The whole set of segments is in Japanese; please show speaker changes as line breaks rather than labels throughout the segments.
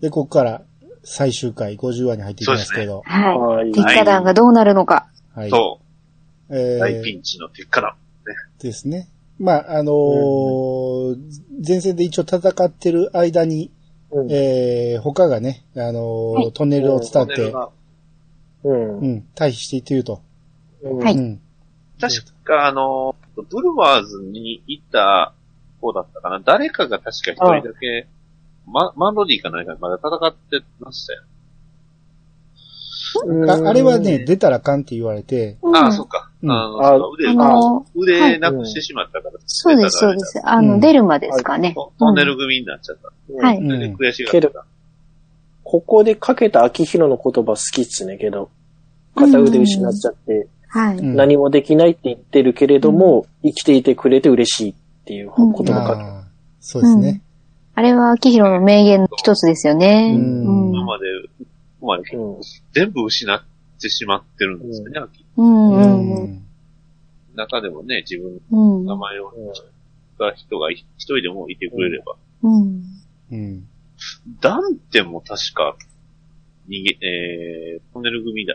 で、ここから最終回50話に入っていきますけど。
は
はい
い。
は
鉄火弾がどうなるのか。
はい。
そ
え
う。
ー
大ピンチの結果だ。
ですね。まあ、あのー前線で一応戦ってる間に、
うん
えー他がね、あのー
はい
トンネルを伝っ
トンネ
て
ル、が
うん
う。ん、退避していっていると。
うん
は。
はいい
うん。
確か、あの、ブルワーズにいた方だったかな。誰かが確か一人だけ、ママンロディーか何かまだ戦ってましたよ。
ああれはね、、出たらあかんって言われて、
うん
ああ、そっか。
うん
あの
あ
そう腕、
あの
腕なくしてしまったから、
そうです、そうです。あ
うん
の、出るまですかね。
トトンネル組になっちゃった。
は
う
い。
ん
それで悔しがってた。
ここでかけた秋広の言葉好きっすねけど、片腕失っちゃって、
う
うん
ん
何もできないって言ってるけれども、生きていてくれて嬉しいっていう言葉かけ
あーそうですね。
あれは秋広の名言の一つですよ
う
ね。
ん。
今まで、ここまで
た。うん。
全部失ってしまってるんですよね、秋
うん
う
うんうん。
ん
中でもね、自分
うん
の名前を知った人が一人でもいてくれれば。
うん。
うん。
ダンテも確か、逃げ、えー、トンネル組だ。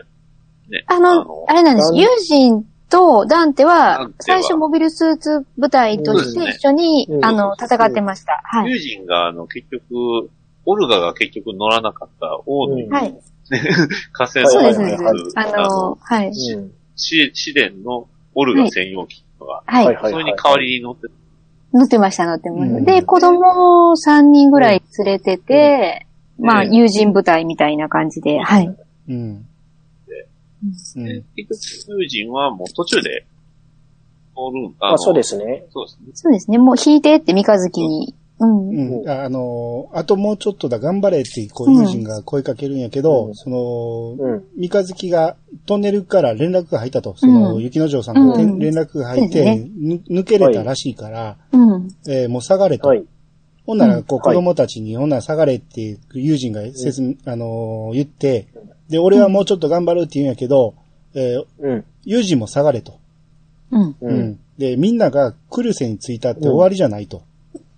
ね。
あの、あれなんです。
ダン
ユージンとダンテ
ダン
は
テは、
最初モビルスーツ部隊とし
そうで
て
すね
一緒に
う、ん
あの、戦ってました。はい。
友人が、あの、結局、オルガが結局乗らなかった王の
うん
はい。
河川
そうです、
の
そう
や
で
つ
す
はい。
あの、はい。
うん
し試練のオルガ専用機とか、
は
はい
い。
はい
それに代わりに乗って、
乗ってました、乗ってま
う
し
ん
た。で、子供を3人ぐらい連れてて、まあ、
ええ
友人部隊みたいな感じで、はい。
うん。うん。
結局友人はもう途中で乗るんあ。
まあそうですすね。
そうですね。
そうですね。もう引いてって三日月に。うん。
うん。ああのー、あともうちょっとだ、頑張れって、こう、友人が声かけるんやけど、
うん
その、
うん。
三日月がトンネルから連絡が入ったと、その、
うん
雪之丞さんからてん
うん
連絡が入っ
そう
て、
です
ぬ抜けれたらしいから、
うん。
えーもう下がれと。
はい。
ほんなら、こう、
うん
子供たちに、ほんなら下がれって、友人が説明、あのー言って、で、俺はもうちょっと頑張るって言うんやけど、えー、
うん。
友人も下がれと。
うん。
う。
うんんで、みんながクルセに着いたって終わりじゃないと。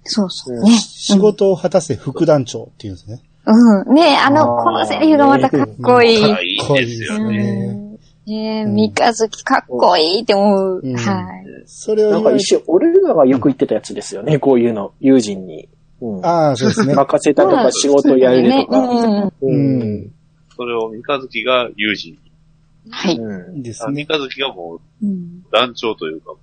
そうそう。
うん
ね。
仕事を果たせ副団長っていうんですね。
うん。ねあの、
あー
このセリフがまたかっこいい。
か
う
っ
ん
こいいですよね。
うんねえ、
うん
三日月かっこいいって思う。
うん
はい。
それを
なん
言わ
か
れ
一瞬、俺らがよく言ってたやつですよね、こういうの。友人に。うん。
ああ、そうです ね。
任せたと
ま
か
あ
仕事やれるとか。
ね
う
うん
ん。
それを三日月が友人に。
うん。はい。
うん。
です
あ三
ね。
日月がもう
うん。
団長というか、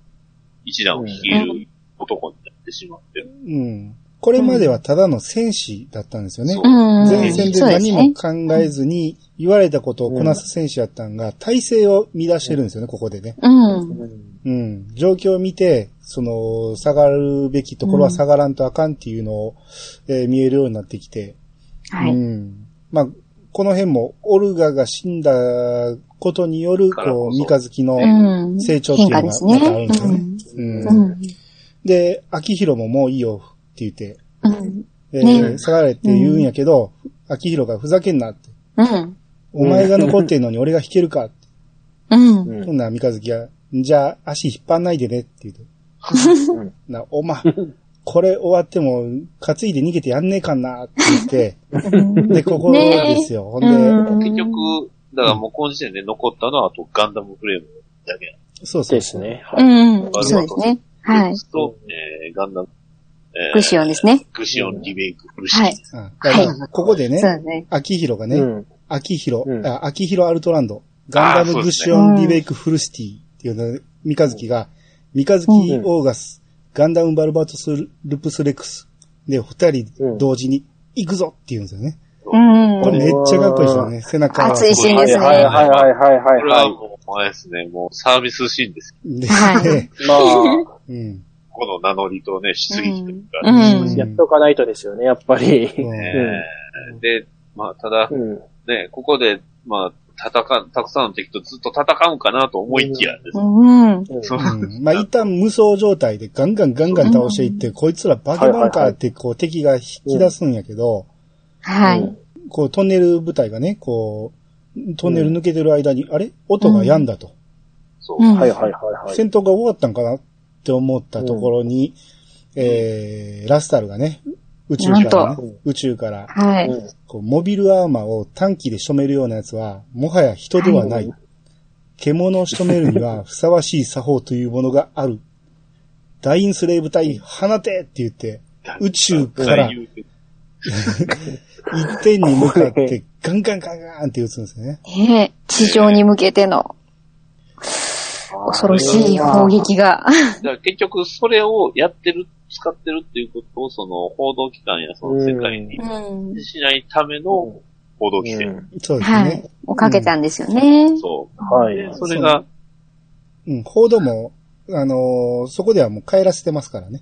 一団を率いる男になってしまって。
うん。これまではただの戦士だったんですよね
そ。
うん
前線で
そうで
何
す
も
ね。
考えずに言われたことをこなす戦士だったんが、体制を乱してるんですよね、ここでね。
うん。
うん。状況を見て、その、下がるべきところは下がらんとあかんっていうのを、えー見えるようになってきて。
は
う
い。
ん。まあ、この辺も、オルガが死んだことによる、
から
こ
こ
う、
そ
三日月の、
うん
成長っていう
変
のが
化ですね
またあるんですよね。う。
うんん。
で、秋広ももういいよって言って、
うん。
え
ね
ー、下がれって言うんやけど、秋広がふざけんなって。
うん。
お前が残ってんのに俺が弾けるかって。
うん。
うん
ほんなら三日月が、じゃあ足引っ張んないでねって言うて。
うん
な、おま、これ終わっても担いで逃げてやんねえかんなって 言って、で、ここですよ。ほんで、
うん
結局、だからもうこの時点で残ったのは、あとガンダムフレームだけ
そうそう。
ですね。は
う
い。
ん。そうですね。
なん
はい
です。と、えー、ガンダム、えー
クシオンですね。
グシオンリメイク、フルシ
はい。
うんだからここで
そう
ね、
ですね。
秋広がね、
うん。
秋広、
うん
あ秋広アルトランド、ガンダムグシオンリベイクフルシティっていうので、三日月が、三日月オーガス、ガンダムバルバトスルプスレックス、で、二人同時に、行くぞって言うんですよね。
うん。
これめっちゃかっこいいですよね。背中
熱いシーン
は
で
い
すね。
はいはいはいはいは
こ
い
れはもう、あれですね、もうサービスシーンです。
ですね。
ま
うん。
この名乗りとね、出撃というか。
うん
あ、 やっとかないとですよね、やっぱり。
えーで、まあ、ただ
う、ん。
ね、ここで、まあ、戦う、たくさんの敵とずっと戦うんかなと思いきやですね。
うん。
うん
そう
うんまあ一旦無双状態でガンガンガンガン倒していって、こいつらバケバンカーってこう敵が引き出すんやけど、
はい。
こうトンネル部隊がね、こう、トンネル抜けてる間に、あれ音が止んだと。
そう。
うん
はいはいはいはい。
戦闘が終わったんかなって思ったところに、えー、ラスタルがね、宇宙から
なん
な
と、
宇宙から、
は
う
い。
ん
こう、モビルアーマーを短期で仕留めるようなやつは、もはや人ではない。
は
獣を仕留めるには、ふさわしい作法というものがある。ダインスレイブ隊、放てって言って、宇宙から
言うて
一点に向かって、ガンガンガンガンって打つんですね。
ねえ地上に向けての恐ろしい砲撃
だ
が。
から結局、それをやってる、使ってるっていうことを、その、報道機関やその世界に
うん
しないための報道規制。
そうです
は
ね
い。。をかけたんですよね。
そう。
はい。
でそれが、
うん、報道も、あのーそこではもう帰らせてますからね。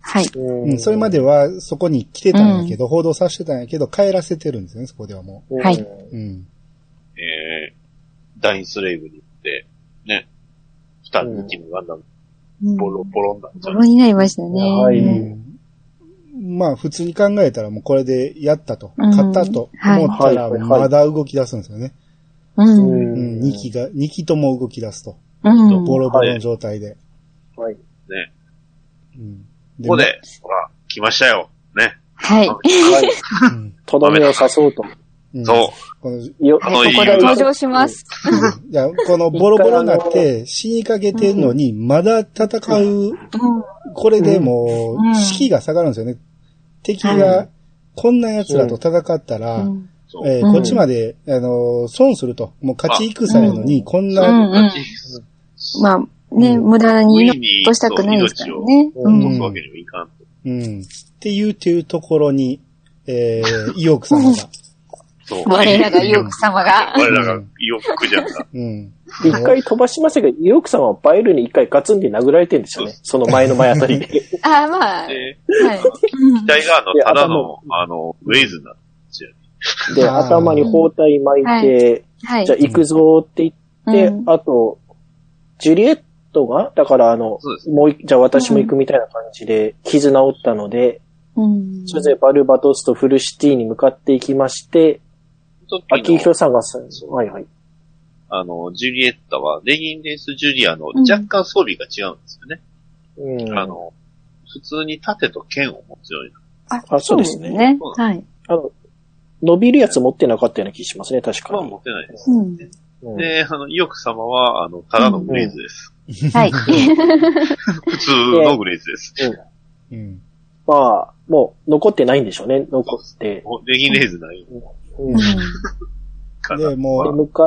はい。
う、
うん
それまではそこに来てたんやけど、報道させてたんやけど、帰らせてるんですよね、そこではも
うん、
はい
うん。うん。
えー、ダインスレイブに行って、ね、二人一気にガンダム、
うん
ボロボロになっちゃ
ボ
う。
ロになりましたね。
はい
うんまあ、普通に考えたらもうこれでやったと、
うん
勝ったと思ったら、
はい
まだ動き出すんですよね。
うん。
う、
うん
2機が、2機とも動き出すと。
うん。
ボロボロの状態で。
はい。
ね。
うん。
ここで、ほら、来ましたよ。ね。
はい。
はい。
まあ うん
とどめを刺そうと。
うん
そう。
この、
よ
あの
はい、ここで登場します。
いや、このボロボロになって死にかけてんのに、まだ戦う、これでも
うん
う、士気が下がるんですよね。敵が、こんな奴らと戦ったら、
うん
そう。
えー
うん
こっちまで、あのー損すると。もう勝ち戦やのに、こん
そう
な、
感じ
まあ、ね、無駄に
無
言
意
い
に、
としたくないですか
そう
ら
命を
ね。う
落とす
ん。
わけにはいかんと。
うん。っていう、っていうところに、えー、 意欲様が。
そう。
我らが意欲様が。
我らが意欲じゃんか。
うん。
一回飛ばしましたけど、イオクさんはバイルに一回ガツンで殴られてるんですよね。その前の前あたりで。
ああ、まあ、はい。
で、機体があの、
で
ただ
頭
の、あの、ウェイズになって
で、
あー
頭に包帯巻いて、
はい
じゃあ。行くぞーって言って、
うん
あと、ジュリエットが、だからあの
そうで、す
もうい、じゃあ私も行くみたいな感じで、傷治ったので、
うん
それでバルバトスとフルシティに向かっていきまして、
ちょっと
秋広さんがさ
そ、う
はいはい。
あの、ジュリエッタは、レギンレース・ジュリアの若干装備が違うんですよね。
うん。
あの、普通に盾と剣を持つようになる。
あ
そうですね
そう
はい。
あの、伸びるやつ持ってなかったような気しますね、確か
まあ
に
持。てないです。
うん
うん
で、あの、意欲様は、あの、ただのグレーズです。
はい。
普通のグレーズです。
うん。
まあ、もう残ってないんでしょうね、残って。
もうレギンレーズない
うん。で、
から。
で、もう、
向かっ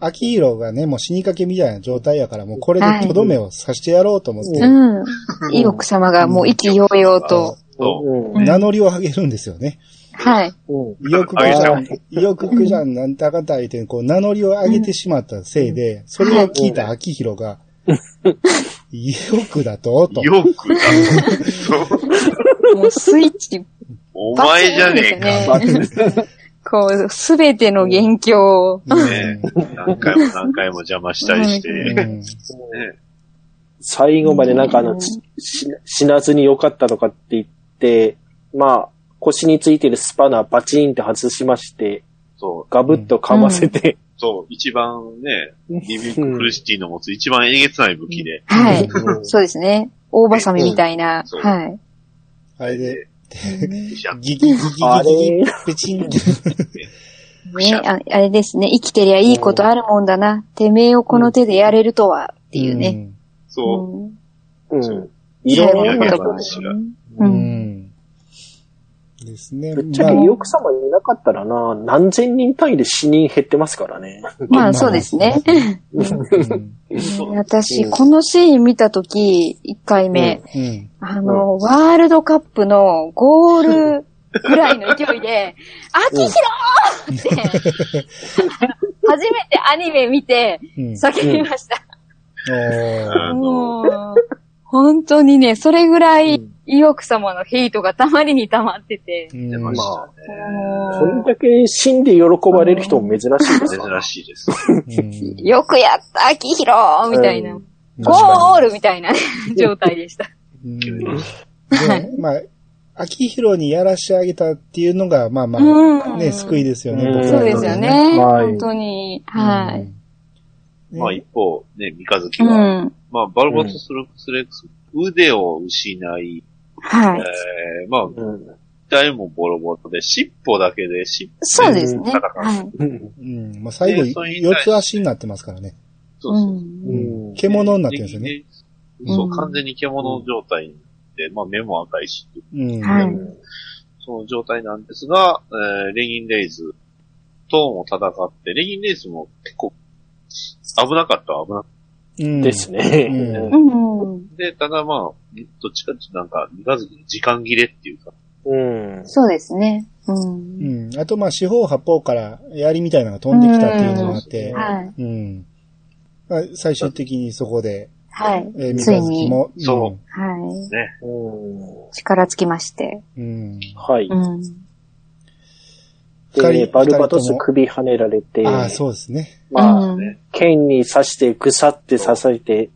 秋色がね、もう死にかけみたいな状態やから、もうこれでとどめを刺してやろうと思って、
は
うん。意欲様がもう意気揚々と。
そう。
う
名乗りを上げるんですよね。
はい。
うん。
意欲くじゃん、意欲くじゃん、なんたかた言うて、こう、名乗りを上げてしまったせいで、それを聞いた秋広が、意欲だとと
意。欲だ。そう
もうスイッチ、
お前じゃねえか。
バツンですね。こう、すべての元凶を。
うん
何回も何回も邪魔したりして。
う
ね
ん
最後までなんかあの、しし死なずに良かったとかって言って、まあ、腰についてるスパナーバチーンって外しまして、
そう。
ガブッと噛ませて、
そう。一番ね、リビング・フルシティの持つ一番えげつない武器で。
はい。
うん
そうですね。大バサミみたいな。
そう
はい。
あれで、
ぐしゃ
ギギギギギ
あれ
ギ、ペチンって。
ね、ああれですね。生きてりゃいいことあるもんだな。てめえをこの手でやれるとは、っていうね。
そう。
うん。
い
ろん
な
そういう
ことですよ
う。
うん。
うんん。ですね。
ぶっちゃけ、意欲様いなかったらな、何千人単位で死人減ってますからね。
まあ、そうですね。
うん
そう
私、このシーン見たとき、1回目、
うん。
あの、ワールドカップのゴールぐらいの勢いで、秋広って、初めてアニメ見て
うん。
叫びました。
おー
あの
もう、本当にね、それぐらい、意欲様のヘイトがたまりにたまってて
う、
出
ん
ま
し
したね。
これ
も
だけ死んで喜ばれる人も珍しいですから
珍しいです。
うん
う、よくやった、秋広みたいな
う、
ゴールみたいな状態でした。
うん
急
で
に、
まあ、秋広にやらしてあげたっていうのが、まあま
う
あ、
ん
ね、救いですよね
うん。
僕らに
そ
とっ
う
て
ですよ。ね。
はい
本当に。はい。
うん。
まあ
ね
一方、ね、三日月
う
は、
ん。
まあバルバトスルクスレックス、腕を失い、
はい。
えーまあ
うん
体もボロボロで、尻尾だけで、尻
そうですね。
うん
はい。
うん。
うん。まあ、最後、
でそれに対
四
して
つ足になってますからね。
尾、そ
う。
うそう
う
ん
ん
うん
獣になってるんですよね。
で。そうう、
ん
完全に獣状態で、まあ目も赤いし、
うん。
はい
その状態なんですが、えーレギンレイズとも戦って、レギンレイズも結構危なかったは危なかっ
うん
です
う
ね。
うん。
た。で、ただまあ、どっちかっていうとなんか、三日月の時間切れっていうか、
うん。
そうですね。う。
うんん。あと、まあ、四方八方から槍みたいなのが飛んできたっていうのがあって
うん、
はい。
うん。まあ最終的にそこで、
はい
えー、。三
つ
日
い
月
に、
も、
そ
は
うん
い。力つきまして。
う。うん。
はい。
うん。
二
で、
人
バルバト
二人
ス
とも
首跳ねられて、
ああ、そうですね。
まあ、
うん
ね。
剣に刺して、ぐさって刺されて、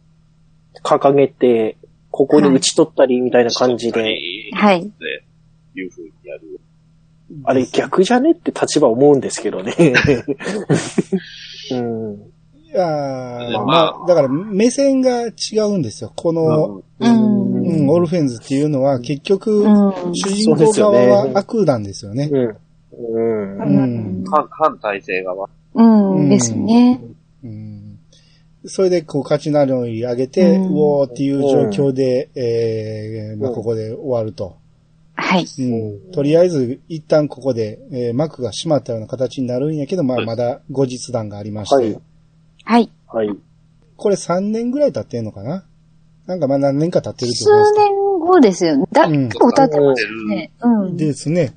掲げて、ここに打ち取ったりみたいな感じで、
はい。
で、いう風にやる。
あれ逆じゃねって立場思うんですけ どね。うん。
いやー
まあ
まあ、だから、目線が違うんですよ。この、
うん
うん、オルフェンズっていうのは、結局、
うん。
主人公側は悪なんですよね。
うん。うん。
うん
反、反体制側。
うん。ですね。
うんそれで、こう、勝ちなりを上げて、
う
うんおーっていう状況で、えー、まあ、
うん
ここで終わると。
はい。
うんとりあえず、一旦ここで、えー幕が閉まったような形になるんやけど、まあ、
はい
まだ後日談がありまして、
はい。
はい。
はい。
これ3年ぐらい経ってんのかななんかまあ何年か経ってるって
数
ことですか
年後ですよね。だ、
うん
結構経ってます
うん
ね。うん。
ですね。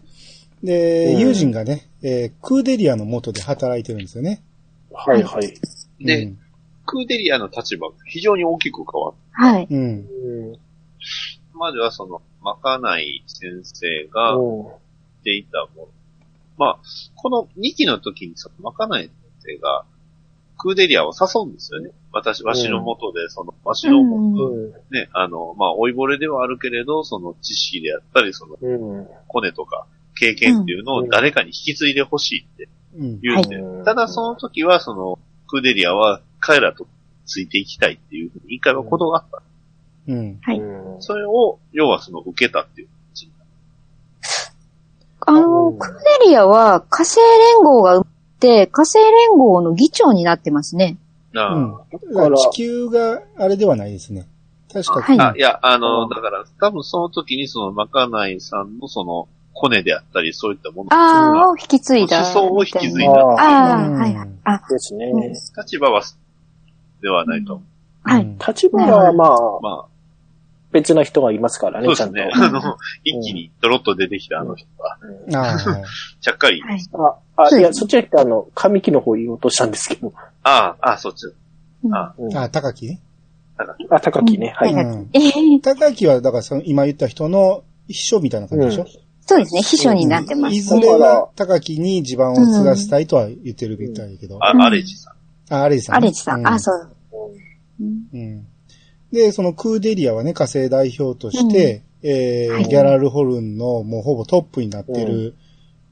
で、
うん
友人がね、えークーデリアの元で働いてるんですよね。
はい。はい。
で、
うん
クーデリアの立場が非常に大きく変わっ
はい。
うん。
うん。
た。まではその、まかない先生が言っ
うん
ていたもの。まあ、この2期の時にそのまかない先生が、クーデリアを誘うんですよね。私、わしの元で、その、わし
う
のも、
ん。
ね、あの、まあ、老いぼれではあるけれど、その知識であったり、その、
うん。
コネとか、経験っていうのを誰かに引き継いでほしいって
うん。
言うんで、
うん
ただその時は、その、クーデリアは彼らとついていきたいっていうふうに一回は断った。
うん。
はい
うん
それを、要はその、受けたっていう感じ。
あの、クーデリアは火星連合が生まれて、火星連合の議長になってますね。
なあ、
うん。だから地球があれではないですね。確か、
はい
あいや、あの、
うん
だから、多分その時にその、まかないさんのその、コネであったり、そういったもの
ああ、を引き継いだ。
思想を引き継いだ。
ああ、
ああ、
うん
はい。あ、
ですね。
うん
立場は、ではないと思う。
は
う
い。
ん
立場はまあ、
ま
別な人がいますから
あ、そう
ね、
で
ち
す
ゃんと。
ね。あの、一気にドロッと出てきたあの人が、
うん
ああ、はい
ちゃっかり。
はい。
あ、あ、
そう
い
です
や、そっちはあの、神木の方言おうとしたんですけど。
ああ、ああ、そっち。
うん
あ
うん
ああ、高木ね。
あ、高木ね。は
う
い。
ん
うん
えへへ
高木は、だからその今言った人の秘書みたいな感じでしょ、
そうですね、秘書になってま
い
す。
ずれは高木に地盤を継がせたいとは言ってるみたいだけど。
あ、
うん
アレジさん。
あ、アレジさん
ア
ね、
レジさん。あ、そう。うん
うん。うん。で、そのクーデリアはね、火星代表として、えー
はい
ギャラルホルンのもうほぼトップになってる、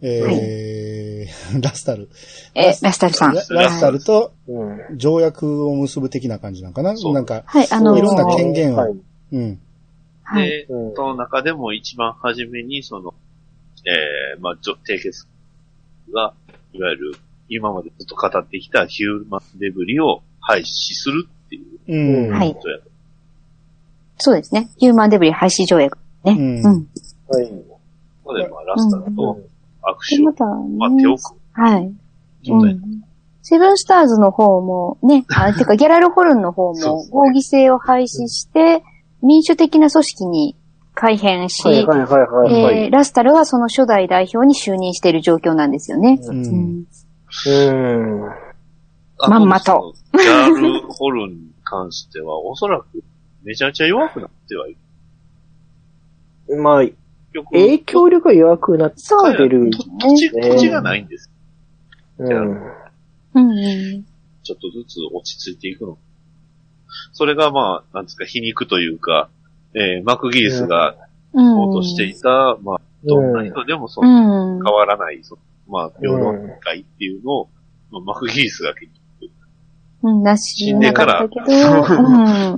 は
えー ラスタル。
え、ラスタルさん。
ララスタルと
うん。
条約を結ぶ的な感じなんかな
そう
なんか、
はい、あの、
いろんな権限を
はい。
うん。
はい。
で、
うん
その中でも一番初めに、その、えー、まあ、ちょ締結が、いわゆる、今までずっと語ってきたヒューマンデブリを廃止するってい
う
う
ん。
はい
ことやと。
そうですね。ヒューマンデブリ廃止条約。ね。
うん
うん。
はい。
ここで、まあ、ラスタルと
で
握手
ま
を、
た
まあ、手を
ね。
組
はい。
む状態。
セブンスターズの方も ね、あ、てかギャラルホルンの方
そうで
も
すね
合議制を廃止して、民主的な組織に改変し、
はいはいはいはい。
えーラスタルはその初代代表に就任している状況なんですよね。
う。
うんん。
うん。
あ
まんまと。
そのギャルホルンに関しては、おそらく、めちゃめちゃ弱くなってはいる。
まあ、
結局
影響力が弱くなって
そう
出る。
と土地、土地がないんです。
うん。
うんうん。
ちょっとずつ落ち着いていくの。それがまあ、なんですか、皮肉というか、えー、マクギリスが
うん。
落としていた、まあ、どんな人でもそうの
ん。
変わらない、そのまあ、平
う
等
ん
会っていうのを、まあ、マクギリスが
うん、なし、
死んでから
なかったけど、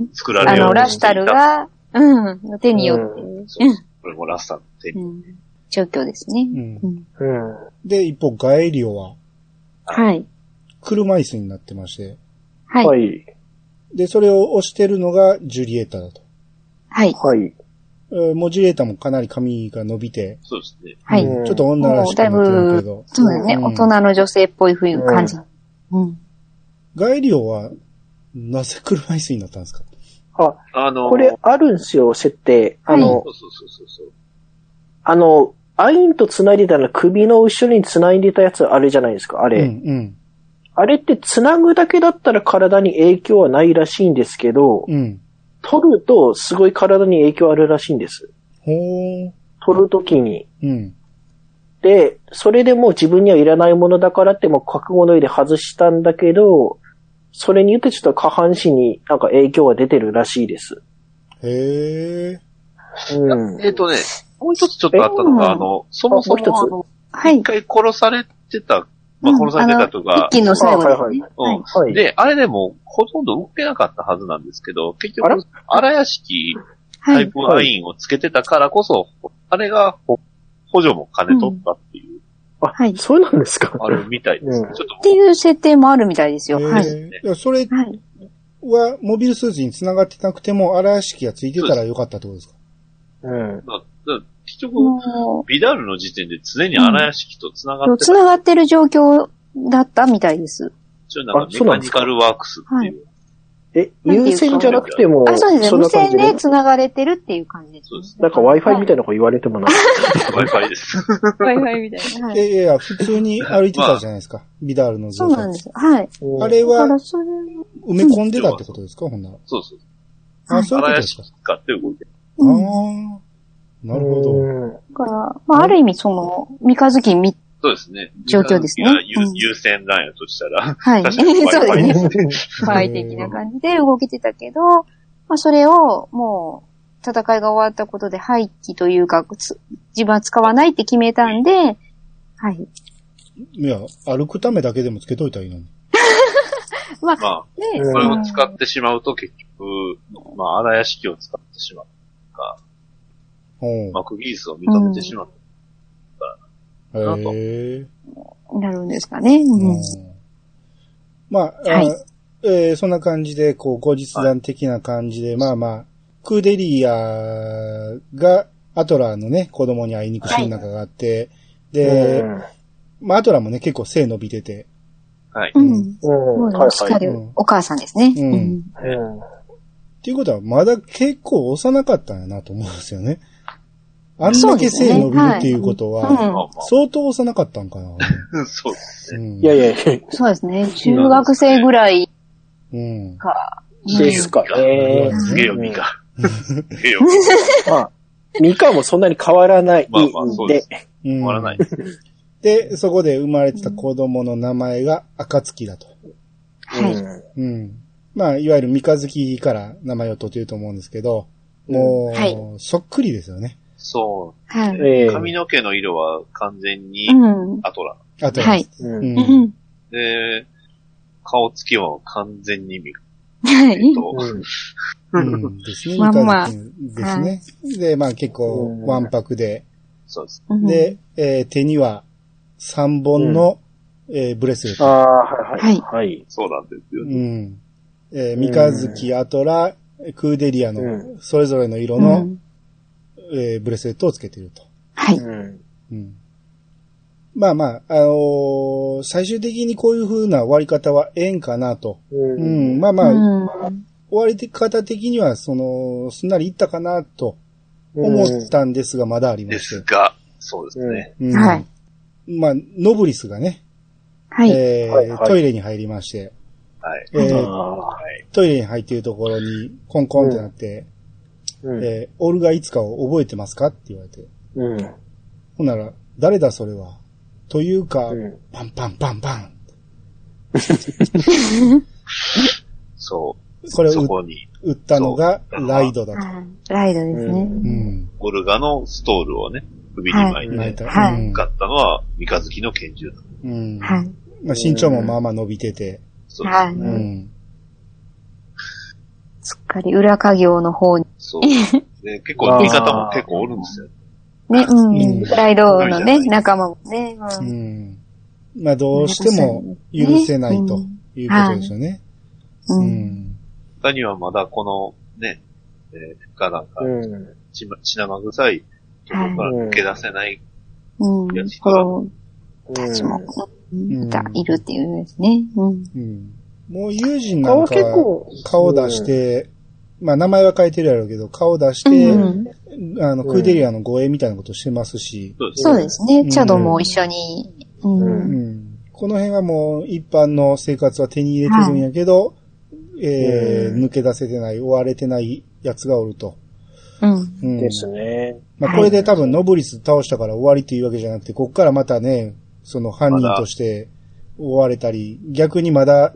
うん。
作ら
あ
れよう
の、
と
ラ
し
シ
ていた
タルが、うん、の手によって。
そうこれもラスタルの手
う
に。
ん。状況ですね。
うん
う。ん
うん。
で、一方、ガエリオは
はい。
車椅子になってまして、
はい。
い。
で、それを押してるのがジュリエタだと。
はい。
はい。
えーもうジュリエタもかなり髪が伸びて、
そうですね。
はい。
うんちょっと女らしくなってるけど、
そうだよね。
うん
大人の女性っぽい雰囲気感じ。うん。
ガエリオは、なぜ車椅子になったんですか
あ、
あのー、
これあるんですよ、設定。あ
そ
の、
うそうそうそうそう。
あの、アインと繋いでたら首の後ろに繋いでたやつあれじゃないですか、あ
うん、
れ。
うん、
あれって繋ぐだけだったら体に影響はないらしいんですけど、
うん。
取るとすごい体に影響あるらしいんです。
ほー、
取るときに。
うん、
で、それでもう自分にはいらないものだからってもう覚悟の上で外したんだけど、それによってちょっと下半身になんか影響が出てるらしいです。
へー、
うん。
えっ、とね、もう一つちょっとあったの
え
が、
ー
あの、そもそ
あもう一
も
つ
あの、
はい
一。回殺されてた、まあ、殺されてたと
一
か、
気の最後
あはい
で
は
すね。
うん、
はい。
で、あれでも、ほとんど動けなかったはずなんですけど、結
あら
局、荒屋敷タ
は
イ
い。
プアインをつけてたからこそ、あれがほ補助も兼ね取ったっていう、
はい。っ
そうなんですか
あるみたいです。
うん
ちょっと
ていう設定もあるみたいで
へ
すよ。
ー
はい。
いやそれ
はい。
は、モビルスーツに繋がってなくても、荒屋敷がついてたらよかったってことですか
うん。
まあ、だから結局、
も
ビダールの時点で常に荒屋敷と繋が
う、
ってた、
繋がってる状況だったみたいです。
一応なん
あ
かメ
そうな
カ
んで
ニ
すか
カルワークスっていう、
え、優先じゃなくても、
あ、そうです
そ
ね。
ん
無
な感
線
じ
で繋がれてるっていう感じです
そうです
ね。
なんか Wi-Fi みたいなこと言われてもな。
Wi-Fi です。
はい Wi-Fi みたいな。はいい
やいや、普通に歩いてたじゃないですか。ビダールの
そ
状
うなん
態
で。す。はい。
あれ
だか
は
らそれ、
埋め込んでたってことですかほんなら。
そうそう。
あ、そういうこ
荒
と
屋
です
敷
か
使って動いてる。
ああ
うん、だ
ー、なるほど。
から、まあ、ある意味その、三日月み、
そうですね。
状況ですね
メカニカル
う
が
ん
優優先なんやとしたら、
はい。
確
そ
か
う
に
ですね。
ど。
快的な感じで動けてたけど、まあ、それを、もう、戦いが終わったことで廃棄というか、つ自分は使わないって決めたんで、はい。
いや、歩くためだけでもつけといたらいいのに。
まあ、
で、
うん
これを使
っ
ってしまうと結局、まあ、荒屋敷を使ってしまう。
おう
マクギースを認めてしまう。なんと
へえ。
なるんですかね。うん
うんまあ、あ
はい
えーそんな感じで、こう、後日談的な感じで、まあまあ、クーデリアが、アトラーのね、子供に会いに行くシーンなんかがあって、で、まあ、アトラーもね、結構背伸びてて、
はい。
うん。も
うん。
う、しっかりお母さんですね。
うん
うん
うん
っていうことは、まだ結構幼かったんやなと思うんですよね。あん
そ
だ
う
け
ですね
背伸びるっていうこと
はい
は、
うん
まあ
相当幼かったんかな。
まあ、そうです
う
ね。
ん
いやいやいや、
そうですね。中学生ぐらい
うん。
か。
ですかね。
すげえよ、ミカ。すげえよ、ミ
まあ、ミカもそんなに変わらないんで。
まあまあそうです
うん
カ。終わらないです。
で、そこで生まれてた子供の名前が暁だと。
はい。
う
うん。まあ、いわゆる三日月から名前を取っていると思うんですけど、もう、
うんは
そっくりですよね。
そ
は
う、
い。
ええ。
髪の毛の色は完全に
うん。
アトラ。
あと、
はい。
うんん
うん
で、顔つきも完全にミカ。
は
えっ
い。
と、
うんですね。
まあ
三
まあ
日月ですね。で、まあ結構、わんぱくで、
そうです。
うん
で、えー手には3本の、えーブレスレッ
あ
ト。
あ、はいはい。はい。
そうなんですよ
う
ね。
ん。えー三日月、アトラ、クーデリア
う
の、それぞれの色
う
の、
ん
えーブレスレットをつけていると。
はい。
うんまあまあ、あのー最終的にこういう風な終わり方はええんかなと。
う
うん、まあまあ、
うん
終わり方的には、その、すんなりいったかなと思っ。たんですが、まだありま
で
し
す
て。
が、そうですね。
うん
はい。
まあ、ノブリスがね、
はい。
えー
はいはい
トイレに入りまして、
はい。
えー
あ
はい。
トイレに入っているところに、コンコンってなって、えーオルガいつかを覚えてますかって言われて。
うん。
ほんなら、誰だそれは。というか、
うん
パンパンパンパン。
そ
これを
う。そ
打
こに、
打ったのが、
そう
ライドだと。
はいライドですね。
うん。
ゴルガのストールをね、首に巻い
泣い
て、
た。
はい
うん
買ったのは三日月の拳銃だ。
うん。
はい。
まあ身長もまあまあ伸びてて。
そうです
は
ね。
う
い。
ん。
すっかり裏稼業の方に。
そう。で結構、味方も結構おるんですよ。
ね、うん。ライドのね
う、ん
仲間もね。うん
うん。まあ、どうしても許せないということですよね。
う。
うんん。
他にはまだこの、ね、えー、がなんか、
うん。
血ま血生臭いところから抜け出せない。
うん。
いや
子供たちも
うん、
うんいたいるっていうですね。うん。
うん。もう友人なん
顔
か
結構。
顔出して、まあ名前は変えてるやろうけど、顔出し
う
て、
ん。
あの、クイデリアの護衛みたいなことしてますし、
そうです
そうですね。
うん
チャドも一緒に。う。
うんん。この辺はもう一般の生活は手に入れてるんやけど、えー、
うん
抜け出せてない、追われてないやつがおると。
うん。
うん。
ですね。
まあこれで多分ノブリス倒したから終わりっていうわけじゃなくて、こっからまたね、その犯人として追われたり、逆にまだ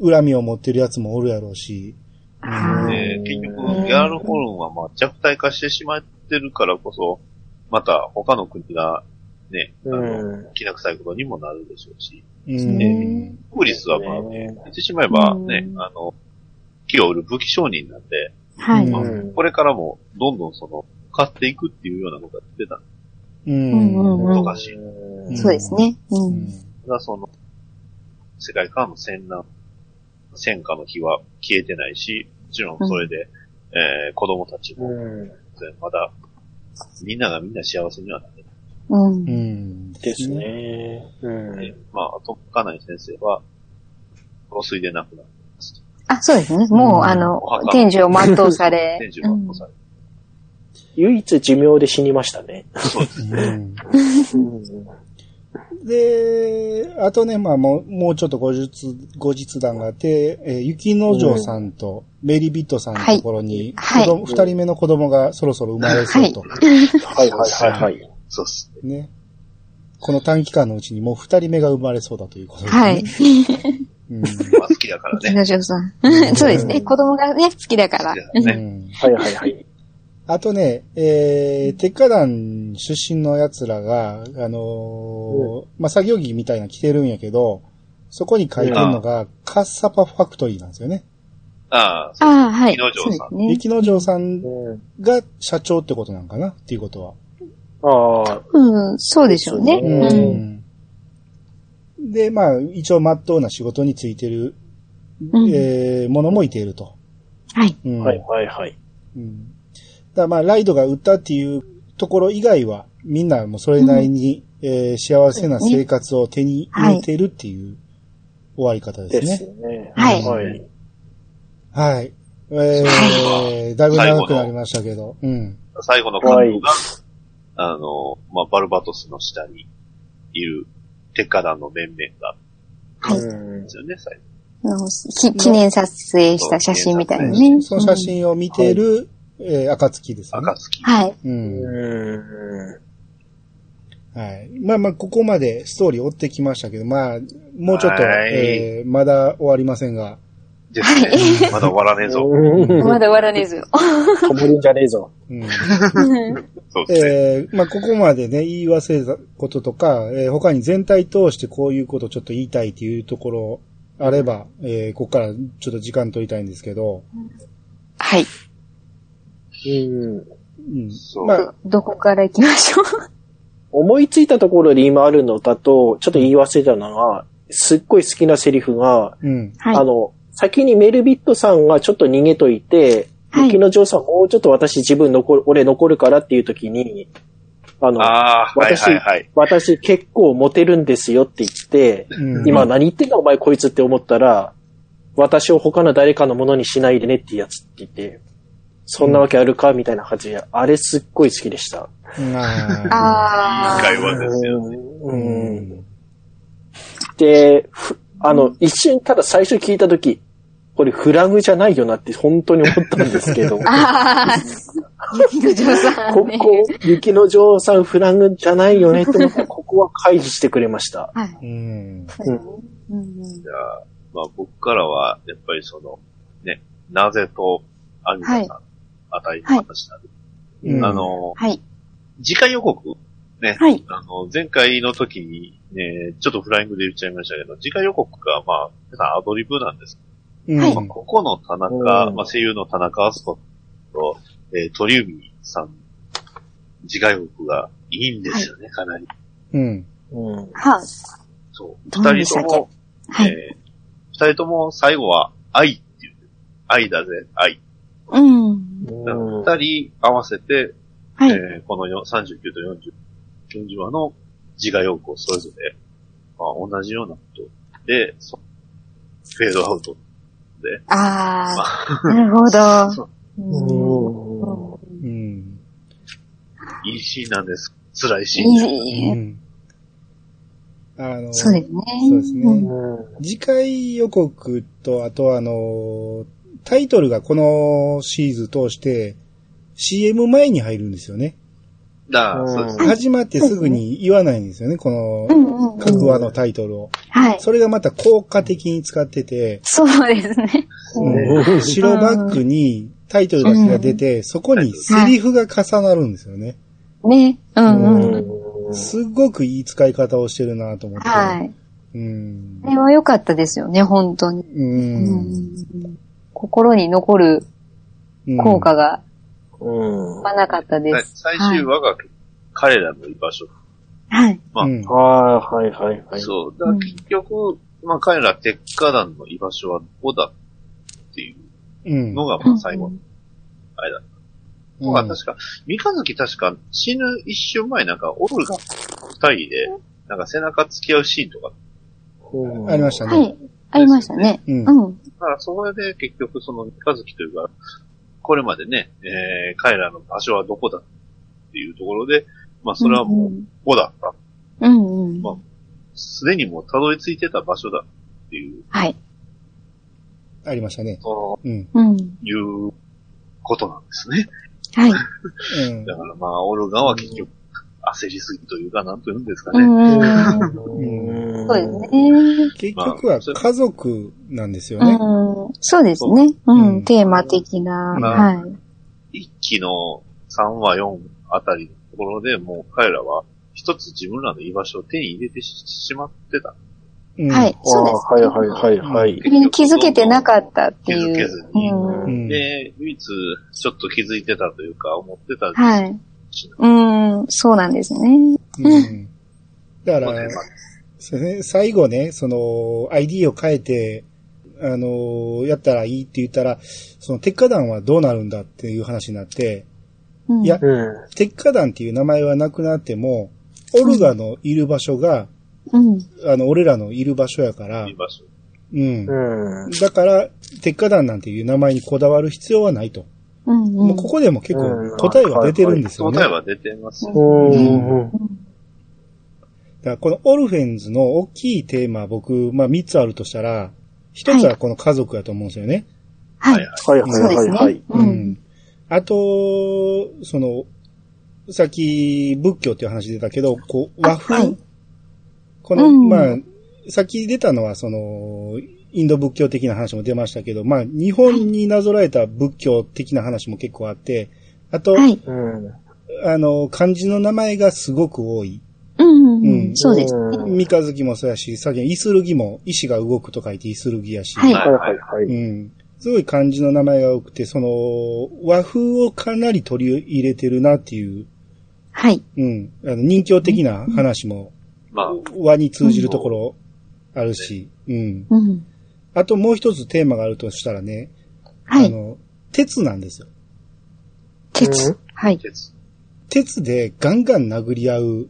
う
恨みを持ってるやつもおるやろうし、
は
ね
い。
え結局
うん、
ヤールホルンはまあ弱体化してしまってるからこそ、また他の国がね、あの、
ん。
きな臭いことにもなるでしょうし、
うん
ね
ウグリスはまあ
ね
ね、言ってしまえばね
う、ん
あの、木を売る武器商人なんで、
は
う
い。
ん
うん
これからもどんどんその、買っていくっていうようなことが出てたん
うん
うんうん
もどかしい。
うん
そうですね。うん。
が、その、世界からの戦乱、戦火の火は消えてないし、もちろんそれで、えー子供たちも、
うん。
まだ、みんながみんな幸せにはなって
う。
うんん。
です。ね。うん。
ない、まあ、トッカナイ先生は、殺水で亡くなってます。
あ、そうですね。もう、
うん
あの
お、墓
天寿を全うされ。
天寿が殺され
唯一寿命で死にましたね。
て、そうです。
うん
うん。
で、あとね、まあもう、もうちょっと後日、後日談があって、えー雪の城さんとメリビットさんのところに、
はい
子供二、人目の子供がそろそろ生まれそうと。
はいはいはいはい。
そうっす。
ね。この短期間のうちにもう二人目が生まれそうだということですね。
はい。
うん。
まあ、好きだからね。
木下さん。 そうですね。子供がね、好きだから
好き。だから
う
ね。
ん
はいはいはい。
あとね、えー、鉄火団出身の奴らが、あのーまあ、作業着みたいなの着てるんやけど、そこに書いてるのが、カッサパファクトリーなんですよね。
ああ、そう
ああ、はい。
木之
そ
丞
うで
さん
すね。
雪の城さん
うん。
が社長ってことなんかなっていうことは。
ああ、
うん、そうでしょうね。
うん
うん。
で、まあ、一応真っ当な仕事についてる、
うん
えー、ものもいていると。
はい。
うん
はいはいはい。
うん。だからまあ、ライドが売ったっていうところ以外は、みんなもうそれなりに、えー幸せな生活を手に入れてるっていう終わり方で
です
ね。
すね。
はい
はい。
はい。えー、だいぶ長くなりましたけど。うん。
最後のカットが、あの、まあ、バルバトスの下にいる、鉄火団の面々が、
はい
うん
ですよね、最後。
あのき記念撮影した写真みたいなね。
その写真を見てる、えー、暁ですよね。
暁。
うん。はい。
うん。
う
はい。まあまあ、ここまでストーリー追ってきましたけど、まあ、もうちょっと、
はい
えーまだ終わりませんが、
です ね。まだ終わらねえぞ。
ん。
まだ終わらねえぞ。
止まるんじゃねえぞ。
うん
そうですね。
えーまあ、ここまでね、言い忘れたこととか、えー他に全体通してこういうことちょっと言いたいっていうところあれば、えーここからちょっと時間取りたいんですけど、
はい。
うん。
うん
そう
まあ、
どこから行きましょう。
思いついたところで今あるのだと、ちょっと言い忘れたのが、すっごい好きなセリフが、
うん。
はい。
あの、先にメルビットさんがちょっと逃げといて、
はい
雪の城さんもうちょっと私自分残る、俺残るからっていう時に、あの、
ああ、はい
私、
はいはい。
私結構モテるんですよって言って、
うん
今何言ってんだお前こいつって思ったら、私を他の誰かのものにしないでねってやつって言って、そんなわけあるかみたいな感じで、あれすっごい好きでした。
あ
あ
会
あ。
話ですよね。
ー
うん。うん。で、ふあの、一瞬ただ最初聞いたとき、これフラグじゃないよなって本当に思ったんです けど、こ
ああ。雪の城さんね。
こ、雪の女王さんフラグじゃないよねって思ったら、ここは回避してくれました。
はい。
うん。
うんうん
じゃあ、まあ僕からは、やっぱりその、ね、なぜと、アニメさん、あたりの話なんで、
うん
あ、の、
はい。
次回予告ね、
はい。
あの、前回の時に、ね、ちょっとフライングで言っちゃいましたけど、次回予告が、まあ、皆さんアドリブなんです
うん
はい
まあ、ここの田中、
うん
まあ、声優の田中敦子と、えー鳥海さん自害北がいいんですよね、かなり。
うん。
うん。
は
そう。
どうで
二
した
人
っ
と
け
も、
い。はい。
えー二人とも最後は愛っていう。愛だぜ、愛。
うん。
うん。
二人合わせて、
はい。
えーこのよ39と40、40話の自我要項それぞれ、まあ、同じようなことで、そフェードアウトで、
ああ、なるほど。うん
うん
うん。
いいシーンなんです。辛いシーンです。
いい
あの、
そうですね。
そうですね
ん
次回予告と、あとあの、タイトルがこのシーズン通して、CM 前に入るんですよね。
だ
うん
そうですね。
始まってすぐに言わないんですよね、この
うんうんうん。
各話のタイトルを。
はい。
それがまた効果的に使ってて、
そうですね。
うん白バッグにタイトルだけが出て、そこにセリフが重なるんですよね。
ね。うんうん。
すっごくいい使い方をしてるなと思って。
はい。
うん
あ。れは良かったですよね、本当に。
うん。
うん心に残る効果が
うん。
まなかったで
さい
す。
最終話が彼らの居場所。
はい。
まあ
うん
はい、はい、はい、はい。
そう。だから結局、まあ彼ら鉄火団の居場所はどこだっていう
うん。
のが、まあ最後
う
の
ん
あれだった。
うん
まあ確か、三日月確か死ぬ一瞬前なんか、オルガ二人で、なんか背中付き合うシーンとか
うん
ありました
は
ね。
い。ありましたね。
うん
うん。
だから、それで結局、その三日月というか、これまでね、えー、彼らの場所はどこだっていうところで、まあ、それはもう、ここだった。
うんうん。
まあすでにもう、たどり着いてた場所だっていう、
はい。
ありましたね。
そ
うん。
うん。
ういうことなんですね。
はい。
うん
だから、まあ、オルガンは結局、焦りすぎというか、なんというんですか
う
ね。
んうん。
ん
そうです。ね。
結局は家族なんですよね。
うん。そうですね。う
うん
ん。テーマ的な。
ま
は
あ
い。
一期の3話、4あたりのところでもう、彼らは、一つ自分らの居場所を手に入れてししまってた。
うん
はい。そうです。
はい、はい、はい、はい。
それに気づけてなかったっていう。
気づけずに
うん
うん
で、唯一、ちょっと気づいてたというか、思ってたん
は
で
い。
すけど、
うん。そうなんですね。
うんだか
ここで
ら
ま、
そうですね、最後ね、その、ID を変えて、あのーやったらいいって言ったら、その、鉄火団はどうなるんだっていう話になって、
うん
いや、
うん。
鉄火団っていう名前はなくなっても、オルガのいる場所が、
うん。
あの、俺らのいる場所やから
あ、居、場所
うん。
うん。
だから、鉄火団なんていう名前にこだわる必要はないと。
うん。
もうここでも結構答えは出てるんですよね。
答えは出てます。
うん。
だからこのオルフェンズの大きいテーマ、僕、まあ3つあるとしたら、1つはこの家族やと思うんですよね。
は
はい
い。
はい、はい、
そうで
はい、
す
はい
ね。。うん。
あと、その、さっき仏教っていう話出たけど、こう、和風、
あはい
この、
うん
まあ、さっき出たのは、その、インド仏教的な話も出ましたけど、まあ、日本になぞらえた仏教的な話も結構あって、あと、
はい。
うん。
あの、漢字の名前がすごく多い。
うんうん
う
うんん。そうです。
は
三日月もそうやし、さっきのイスルギも、石が動くと書いてイスルギやし、
はい
い、はい、は
う
い。
ん。すごい漢字の名前が多くて、その、和風をかなり取り入れてるなっていう、
はい。
うん。あの、人形的な話も、
まあ、
和に通じるところあるし、うん。
うん。
あともう一つテーマがあるとしたらね、
は
あ
い。
の、鉄なんですよ。
鉄。はい。
鉄。
鉄でガンガン殴り合う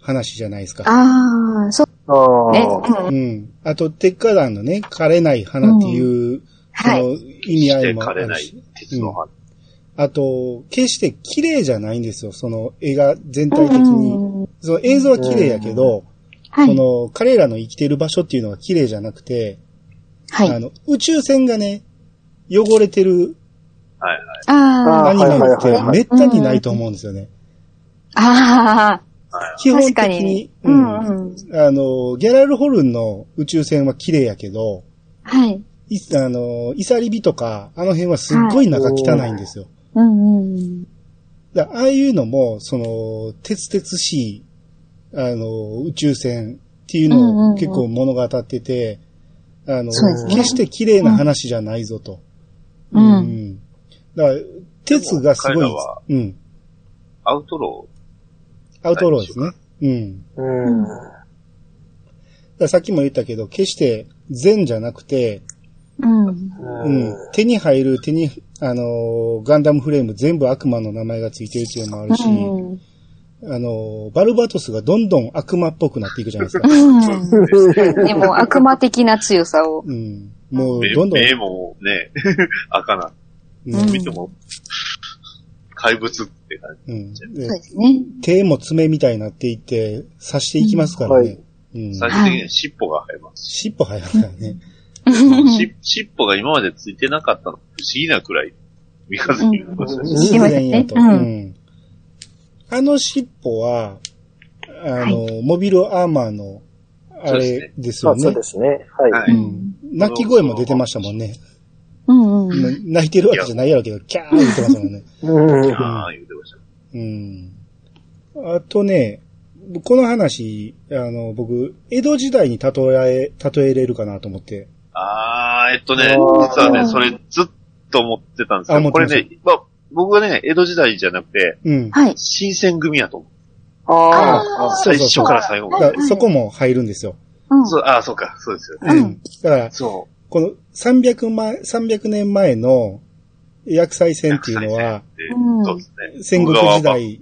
話じゃないですか。
ああ、そう
ああ。
ね。
うん。あと、鉄火団のね、枯れない花っていう、そ
は
の
い。
意味合い
して
もあ
枯れ
る
な
し
い。鉄の花。
あと、決して綺麗じゃないんですよ。その絵が全体的に。
うん
その映像は綺麗やけど、
は
そ
い。
の彼らの生きてる場所っていうのは綺麗じゃなくて、
は
あ
い。
の、宇宙船がね、汚れてる
はいはい。
あ
ア
あ
あ
ニメっ
はいはい
て
はいはい
めったにないと思うんですよね。
ああ、
基本
確
的
か
に
に。、
う
うんんうん。
あの、ギャラルホルンの宇宙船は綺麗やけど、
はい。
いあの、イサリビとか、あの辺はすっごい中汚いんですよ。
うんうん。
だああいうのも、その、鉄々しい、あの、宇宙船っていう
うんうん
の
う
を
ん
結構物語ってて、あの、
そうですね
決して綺麗な話じゃないぞと。
うん
だから、鉄がすご
で
い
も彼らは、
うん。
アウトロ
アウトローですね。うん。だか
うん。
らさっきも言ったけど、決して善じゃなくて、
うん。
うん。手に入る、手に、あのーガンダムフレーム全部悪魔の名前がついてるっていうのもあるし、
うん。
あのーバルバトスがどんどん悪魔っぽくなっていくじゃないですか。
う
ー。
ん。でも悪魔的な強さを。
うん。もう、
目
どんどん、
目もね、 赤な、
うん
見ても、怪物って感
うん
そ
で
うですね。
手も爪みたいになっていって、刺していきますからね。うん
じ。最終的には尻尾が生えますし、
尻尾生えますからね。
し尻尾が今までついてなかったの、不思議なくらい、三日月に残したし
自然やと。
うん
うんあの尻尾は、あの、モビルアーマーの、あれです
ま
よ
あそう
ね
で。すね。はい。
は
う
い
ん泣き声も出てましたもんね。
うんうん。
泣いてるわけじゃないやろうけど、キャー言ってますもんね。
うん。
ああ、言ってました。
うん。あとね、この話、あの、僕、江戸時代に例え、例えれるかなと思って。
ああ、えっとね、
あー
実はね、それずっと思ってたんです
あ
け
思
ど、
ってま
これ
した
ね、まあ、僕はね、江戸時代じゃなくて、
うん。
はい。
新選組やと思う。
あ
あ
あ。
そう
最
そうそ
初
う
から最後ま
だ
で。
からそこも入るんですよ。
うん。
そう、ああ、そうか、そうですよね。
うん
うん。だから、
そ
この300前、300年前の薬剤
う。
戦っていうのは、
うん
そうですね。
戦国時代、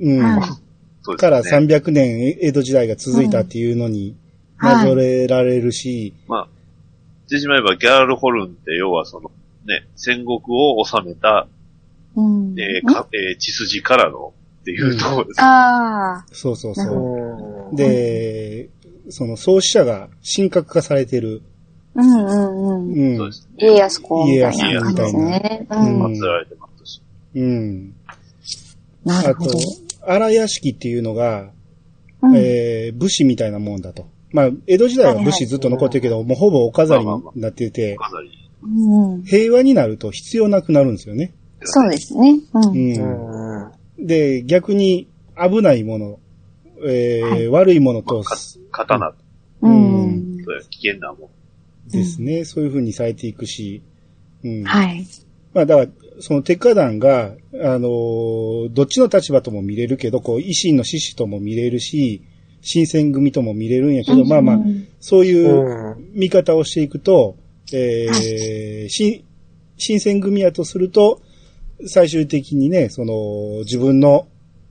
うん、
は
そうですね
から300年江戸時代が続いたっていうのになぞれられるし、
まあ、言ってしまえばギャラルホルンって要はその、ね、戦国を治めた、
い。うん。
えーかえー血筋からのっていうところです。
ああ。
そうそう
う
そ
ん
う。で、その創始者が神格化されてる、
うんうん
う
うん。
ん
そう、ですね。
家康公みたいな感じですね。う
康公
ん。
祀られてますし。
うん。
な
あ
るほ
と
ど。、
荒屋敷っていうのが、
うん
えー武士みたいなもんだと。まあ、江戸時代は武士ずっと残ってるけど、もうほぼお飾りになってて、
飾り。
うんうん。
平和になると必要なくなるんですよね。
そうですね。う。
うんん。
うん。
で、逆に危ないもの、えー悪いものと、
まあか刀
う。
うん
という危険なもん。
ですね、そういう風にされていくし、うん。
はい。
まあ、だから、その鉄火団が、あのーどっちの立場とも見れるけど、こう、維新の志士とも見れるし、新選組とも見れるんやけど、まあまあ
う、ん
そういう
う
見方をしていくと、えー、新、新選組やとすると、最終的にね、その、自分の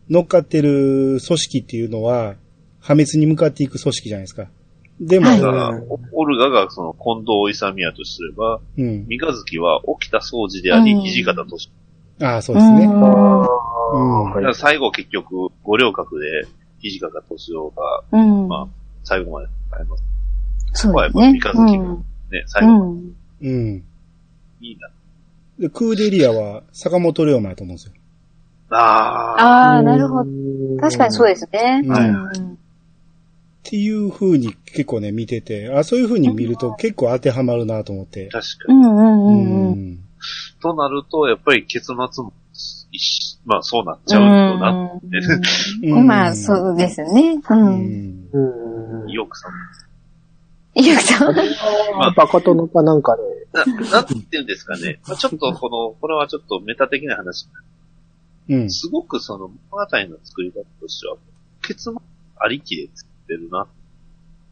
乗っかってる組織っていうのは、破滅に向かっていく組織じゃないですか。でも、
はい
だから
うん、
おオルガがその近藤勇やとすれば、
うん。
三日月は起きた掃除であり、
うん
土方とし。
ああ、そうですね。
ん。あ
うん
だから
あ。
最後結局、五稜郭で土方歳夫が
うん。
まあ最後まで戦います。
そう
まあや
で
っぱ
すね
三日。月
う
が
ん。
ね、最後ま
うん。
うん。
でいいな。
で、クーデリアは坂本龍馬やと思うんですよ。
ああ、
ああ、なるほど。
ど
確かにそう
で
ですね。
はい
うん
っていう風に結構ね、見てて、あそういう風に見ると結構当てはまるなと思って。
確か
う
に。
んうん
う
うんうん。
ん。
となると、やっぱり結末も一緒、まあそうなっちゃうとな。
うんまあ、そうですね。う。
うんん。
す。うん。
よくさん。
ゆうきさん。
バカ殿かなんかで、
な、なんて言うんですかね。まあ、ちょっとこの、これはちょっとメタ的な話
うん。
すごくその物語の作り方としては、結末ありきで作ってるな。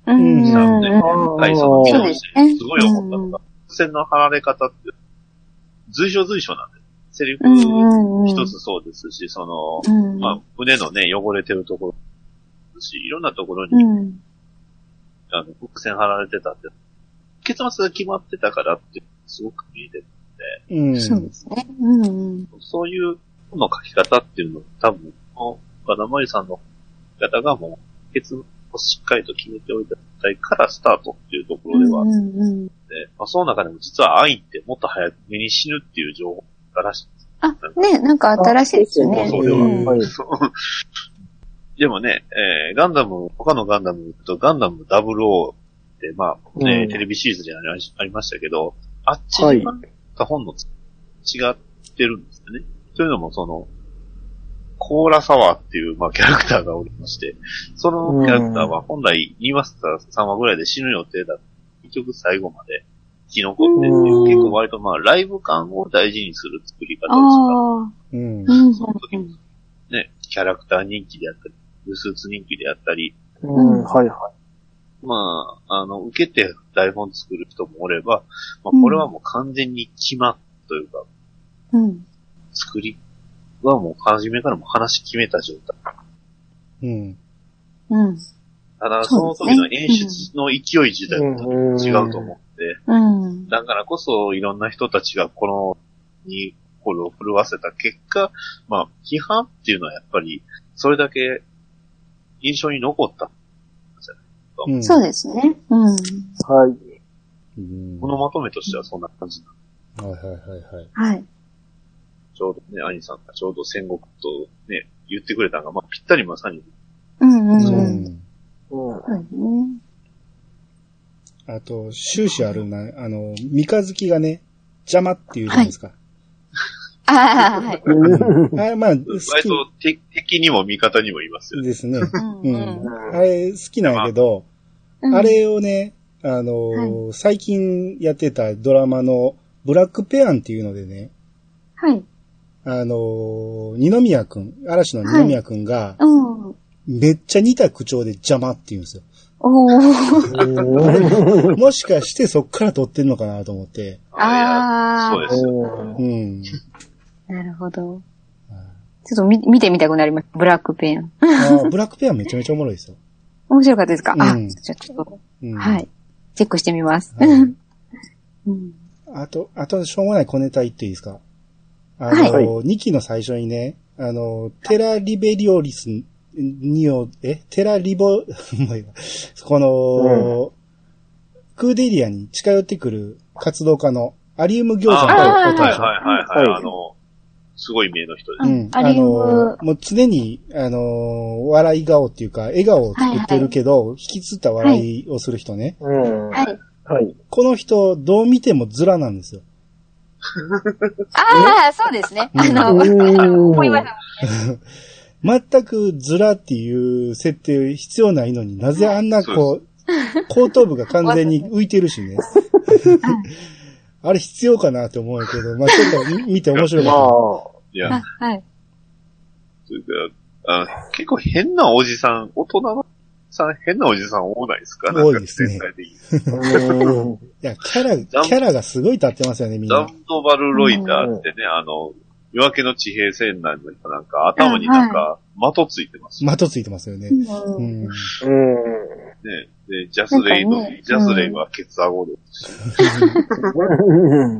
うんうん
なんで、
うん
今回その
そう
ですね
ごい思ったのが、線の張られ方って、随所随所なんで、セリフ
うんうん
一つそうですし、その、
うん
まあ、胸のね、汚れてるところですし、いろんなところ
う
に、
ん。
あの、伏線張られてたって、結末が決まってたからって、すごく見えてる、
うん。
そうですね。うんうん。
そういう本の書き方っていうのも、多分、この、金森さんの書き方がもう、結をしっかりと決めておいた体からスタートっていうところではあ
う
って、
んうん。
まあ、その中でも実は愛ってもっと早く目に死ぬっていう情報からしい。
あ、ね、なんか新しいですよね。
そう
では
うん
はい。
そうでもね、えーガンダム、他のガンダムとガンダム00って、まあ、ね
うん
テレビシリーズでありましありましたけど、あっちになんか本のつ違ってるんですよね。というのも、その、コーラサワーっていう、まあ、キャラクターがおりまして、そのキャラクターは本来、イーマスター様ぐらいで死ぬ予定だった。結局最後まで生き残ってっていう、
うん
結構割とまあ、ライブ感を大事にする作り方をした
ああ。
うん
う。ん
その時ね、キャラクター人気であったり、ブスーツ人気であったり、
うん、はいは
まあ、あの、受けて台本作る人もおれば、まあ、これはもう完全に決まっというか、
うん。
作りはもう初めからもう話決めた状態。
うん。
うん。
ただ、そ
そ
の
うで
時
すね
の演出の勢い自体も
い。
違うと思って、
うん。
だからこそ、いろんな人たちがこの、に、心を震わせた結果、まあ、批判っていうのはやっぱり、それだけ、印象に残った。
うん、
そうですね。うん。
う。はい。
うん。
このまとめとしてはそんな感じな。
はいはいはいはい。
はい。
ちょうどね、兄さんがちょうど戦国とね、言ってくれたのが、まあ、ぴったりまさに、
うん
う
うんう
ん。
ん。
うん。
そうですね。
あと、終始あるな、あの、三日月がね、邪魔っていうじゃないですか。
ああ、はい。
うんあれ、まあ、好
割と敵敵にも味方にもいます
き
よね。
ですね。
う
う
んうん
ん。あれ、好きなんやけど、
うん。
あれをね、あのー最近やってたドラマのブラックペアンっていうのでね、
はい。
あのー二宮くん、嵐の二宮くんが、
うん。
めっちゃ似た口調で邪魔って言うん ですよ。
おー。
もしかしてそっから撮ってんのかなと思って。
あれ
あ
そう
ー
ですよ。
うん。
なるほど。ちょっと見見てみたくなります。ブラックペン。
あーブラックペアンめちゃめちゃおもろいですよ。
面白かったですか、あ
うん、
じゃあちょっと、
うん、
はい。チェックしてみます。
はい。
うん。
あと、あと、しょうもない小ネタ言っていいですかあの、
はい
2期の最初にね、あの、テラリベリオリスにを、えテラリボ、もういいわこの、クーデリアに近寄ってくる活動家のアリウム餃子の
あ
ー
こと
は
で
い
しょ
はいはいは。
はいい
あの、すごい名の人で
う
す。
ん
あ
アリウム
の、もう常に、あの、笑い顔っていうか、笑顔を作ってるけど、引きつった笑いをする人ね。
うん。。
はいい。
はい。
この人、どう見てもズラなんですよ。
ああ、そうですね。あの、
うん
思いました。
全くズラっていう設定必要ないのになぜあんなこう、後頭部が完全に浮いてるし ね。あれ必要かなって思うけど、まあちょっと見見て面白
ま
かっ
あ、
いや、
はい。
というか、あ結構変なおじさん、大人のおじさん、変なおじさん多ないですか
多いですね
なんか全体的に。
うん。
た。いや、キャラ、キャラがすごい立ってますよね、みん
ダ
な。
ンドバルロイターってね、あの、夜明けの地平線内の人なんか、頭になんか、的ついてますよ
的ついてますよね。
う
うんん。
うん。
ね。で、ジャスレイの、
なんかね
ジャスレイはケツ顎で、
うん。
うん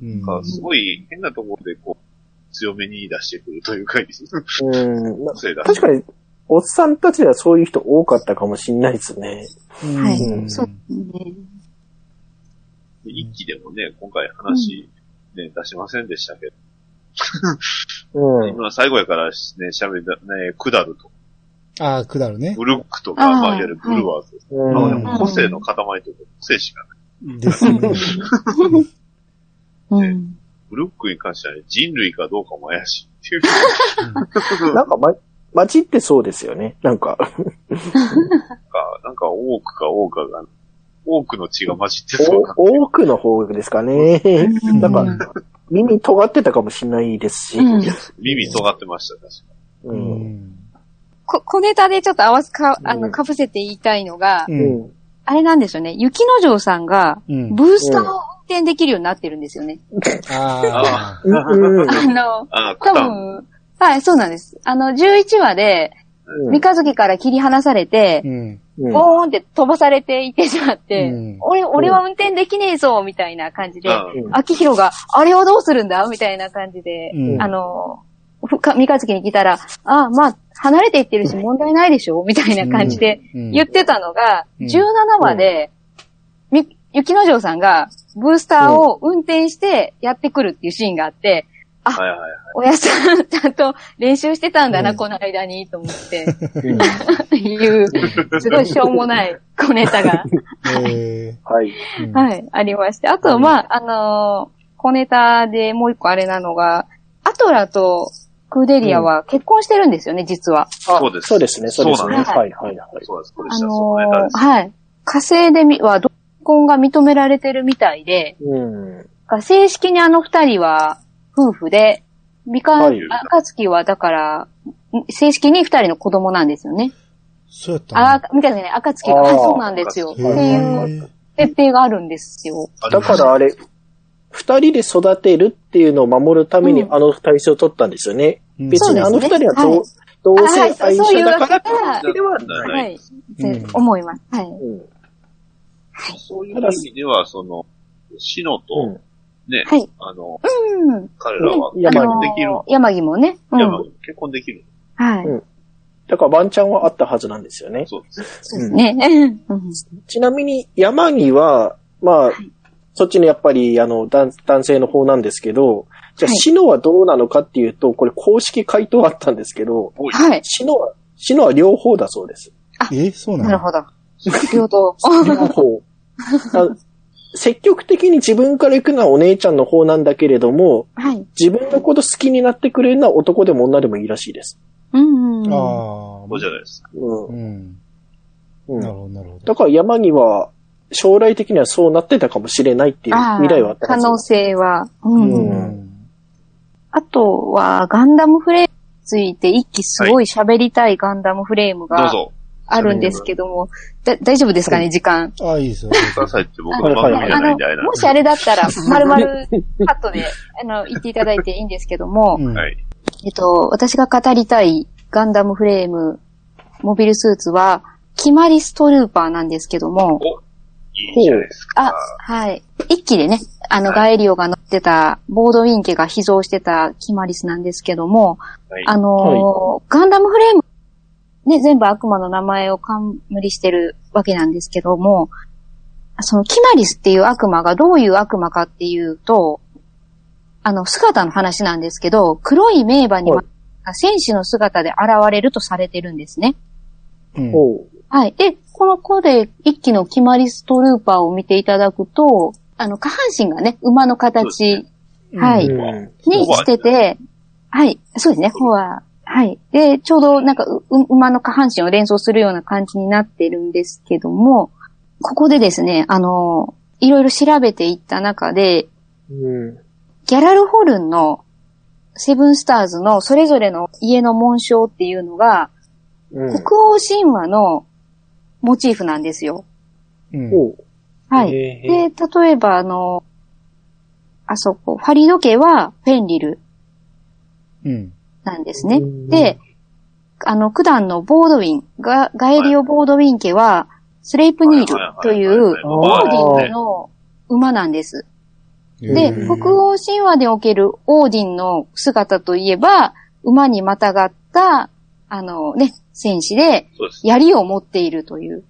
なんか すごい変なところでこう、強めに出してくるというか、
うんまあ
せいだ。
確かに、おっさんたちはそういう人多かったかもしんないですね。
うん
は
う
い。
ん
そうですね。
一期でもね、今回話、ね、出しませんでしたけど、
うん。
今最後やからね、喋った、ね、クダルと、
ああ、下るね。
ブルックとか、
あー
まあ、いわゆるブルワーズです。
う
まあで
ん。
も個性の塊というか、個性しかない。
ですね。
うん。
ブルックに関してはね、人類かどうかも怪しいっていう。
なんか、ま、街ってそうですよね。なんか、
か、 なんか、多くか多かが、多くの血が混じってそうな。
お多くの方ですかね。なん
う
か、耳尖ってたかもしんないですし。
うん
耳尖ってました、確か
う。
うんん。
こ小ネタでちょっと合わすか、あ
う
の、
ん
かぶせて言いたいのが
う、。
うんん。
あれなんですよね。雪之丞さんが、
うん。
ブースターを運転できるようになってるんですよね。
ああ。
うん。うん
あの、
ああ、
多
クタン。
分、はい、そうなんです。あの、11話で、三日月から切り離されて
う、ん。
うん
ボーンって飛ばされていってしまって、
うん
俺、俺は運転できねえぞ、みたいな感じで、
あ
秋広が、あれをどうするんだみたいな感じで、
うん
あの、ふか三日月に来たら、ああ、まあ、離れていってるし問題ないでしょみたいな感じで
うん
言ってたのが、
うん
17話で、み、雪之丞さんが、ブースターを運転してやってくるっていうシーンがあって、
あはいはいはい。
おやさん、ちゃんと 練習してたんだな、
うん
この間に、と思って、 いう、すごいしょうもない小ネタが、
え
はい。
ーうん
はい、ありまして。あと、まあ、あのー小ネタでもう一個あれなのが、アトラとクーデリアは結婚してるんですよね、実は。
あ
そうです
そうですね、そうです
そ
ね。
うなんです
はい、はい、はい。
そうです、これ
あ
した、そ
の
うネタで
ー
す。
はい。火星でみは、同性婚が認められてるみたいで、
うん。
が正式にあの二人は夫婦で、みか
は
ん
い、
あかつきはだから、正式に二人の子供なんですよね。
そうやった
あ、みたいなね、暁が。そうなんですよ。っていう
う。
設定があるんですよ。
だからあれ、二人で育てるっていうのを守るために
うん
あの体制を取ったんですよね。
うん
別にあの二人はどう
はい
同性
はい
愛
そうい
者
う
だから
わけでは
ってわけではない。
はい。って
うん
思います。はい。
うん
そういう意味では、その、シノ
う
と
ん、
ね、
はい
あの、
うん。
彼らは
うん
結
山
婚
に
できる
あの。山木もね。うん。
山
は
に結婚できる。
い。
うんだからワンチャンはあったはずなんですよね。
そうです。
そうですね。うん。
ちなみに山には、まあ、そっちのやっぱり、あの、男男性の方なんですけど、じゃあ、
はい
シノはどうなのかっていうと、これ公式回答あったんですけど、
多い。
はい。
シノは、シノは両方だそうです。
え、そうな
なる
の
ほど。 両方。
両方。あ積極的に自分から行くのはお姉ちゃんの方なんだけれども、
はい。
自分のこと好きになってくれるのは男でも女でもいいらしいです。
うんうん。
あ
そう
あ。
じゃないですか。
う。
うんん。
う
なる
ん、
ほど、なるほど。
だから山には、将来的にはそうなってたかもしれないっていう
あー
未来はあった
可
はず
能性は。う。
うんん。
あとは、ガンダムフレームについて、一期すごい喋りたいガンダムフレーム
どう
が
ぞ。
あるんですけども、だ大丈夫ですかね、時間。
ああ、いいですよ。
くださいって僕
は
の
い
番
は
組
い
じ
あ
ゃない
の
んで、あれ、なん
も
で
しあれだった ら、丸々カットで、あの、言っていただいていいんですけども、
うん
はい。
えっと、私が語りたいガンダムフレーム、モビルスーツは、決まりストルーパーなんですけども、
お、いいじゃないですか。
あ、はい。一期でね、あの、ガエリオが乗ってた、ボードウィン家が秘蔵してたキマリスなんですけども、
はい
あのーガンダムフレーム、ね、全部悪魔の名前を冠してるわけなんですけども、そのキマリスっていう悪魔がどういう悪魔かっていうと、あの、姿の話なんですけど、黒い名馬に
は
ま戦士の姿で現れるとされてるんですね。
うん
ほう
はい。で、この子で一期の決まりストルーパーを見ていただくと、あの、下半身がね、馬の形はいう
うんん
にしてて、はい、そうですね、フォア。はい。で、ちょうどなんかう、う馬の下半身を連想するような感じになってるんですけども、ここでですね、あの、いろいろ調べていった中で、
うん
ギャラルホルンのセブンスターズのそれぞれの家の紋章っていうのが、
うん
北欧神話のモチーフなんですよ。
うん
ほう
はい。
えー
で、例えば、あの、あそこ、ファリド家はフェンリル
うん。
なんですね
う。ん
で、あの、九段のボードウィン、がガエリオ・ボードウィン家は、スレイプニールとい
はは
う、
は
オ
は
ーデ
まあ
ィ
ね
ンの馬なんです。
へ
で、
うん
ー
北欧神話におけるオーディンの姿といえば、馬にまたがった、あのね、戦士で、
そうです。
槍を持っているという。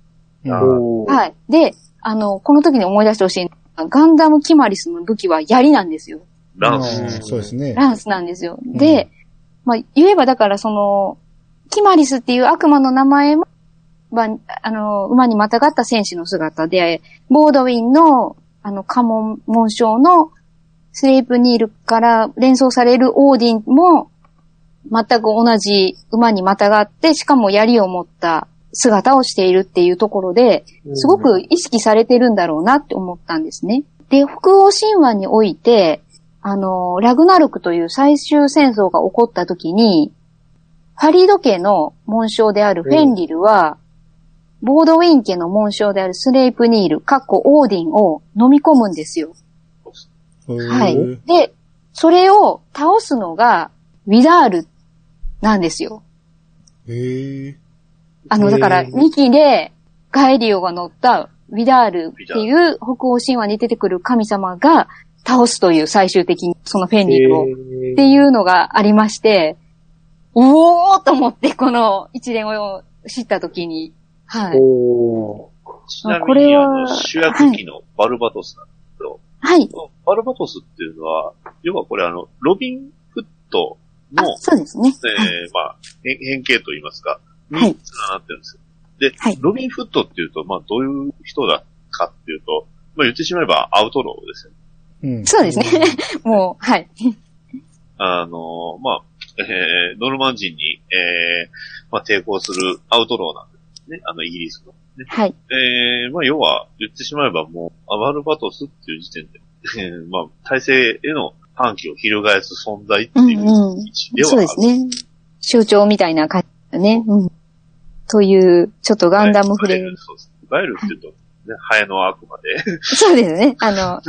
あー
ほう
はい。で、あの、この時に思い出してほしいのが、ガンダム・キマリスの武器は槍なんですよ。
ラン
うん
ス。
そうですね。
ランスなんですよ。で、まあ、言えばだからその、キマリスっていう悪魔の名前も、まあ、あの、馬にまたがった戦士の姿で、ボードウィンの、あの、家紋、紋章の、スレイプニールから連想されるオーディンも、全く同じ馬にまたがって、しかも槍を持った姿をしているっていうところで、すごく意識されてるんだろうなって思ったんですね。で、北欧神話において、あの、ラグナルクという最終戦争が起こった時に、ファリード家の紋章であるフェンリルは、ボードウィン家の紋章であるスレイプニール、カッコオーディンを飲み込むんですよ。は。
はい
で、それを倒すのが、ウィダールなんですよ。
へえ。
あの、だから、
へー
2期で、ガエリオが乗った、ウィダールっていう北欧神話に出てくる神様が倒すという最終的に、そのフェンリルを。っていうのがありまして、おおーと思って、この一連を知ったときに、はい。
ほう
ちな
こ
みに、
れ
あ
は
の、主役機のバルバトスなんですけど、
はい。
バルバトスっていうのは、要はこれあの、ロビンフット
あ
の、、
そうですね。
えー、まあ、変変形と言いますか、に
はい
連なってるんですよ。で、
はい
ロビンフットっていうと、まあ、どういう人だかっていうと、まあ、言ってしまえばアウトローですよね。
うん。
そうですね。 もう、はい。
あのーまあ、えー、ノルマン人に、えー、まあ、抵抗するアウトローなんですね。あの、イギリスの。
はい。
えー、まあ、要は、言ってしまえばもう、アバルバトスっていう時点で、 えーまあ、体制への反旗を翻す存在って
うん
いう
うん
位。置ではあ
そう
る
ですね。象徴みたいな感じだね。うん。という、ちょっとガンダムフレ
ガ
ー
エ
ム。
ルそうです。ガエルって言うと、ね、ハエの悪魔で、
そうですね。あの、まあ、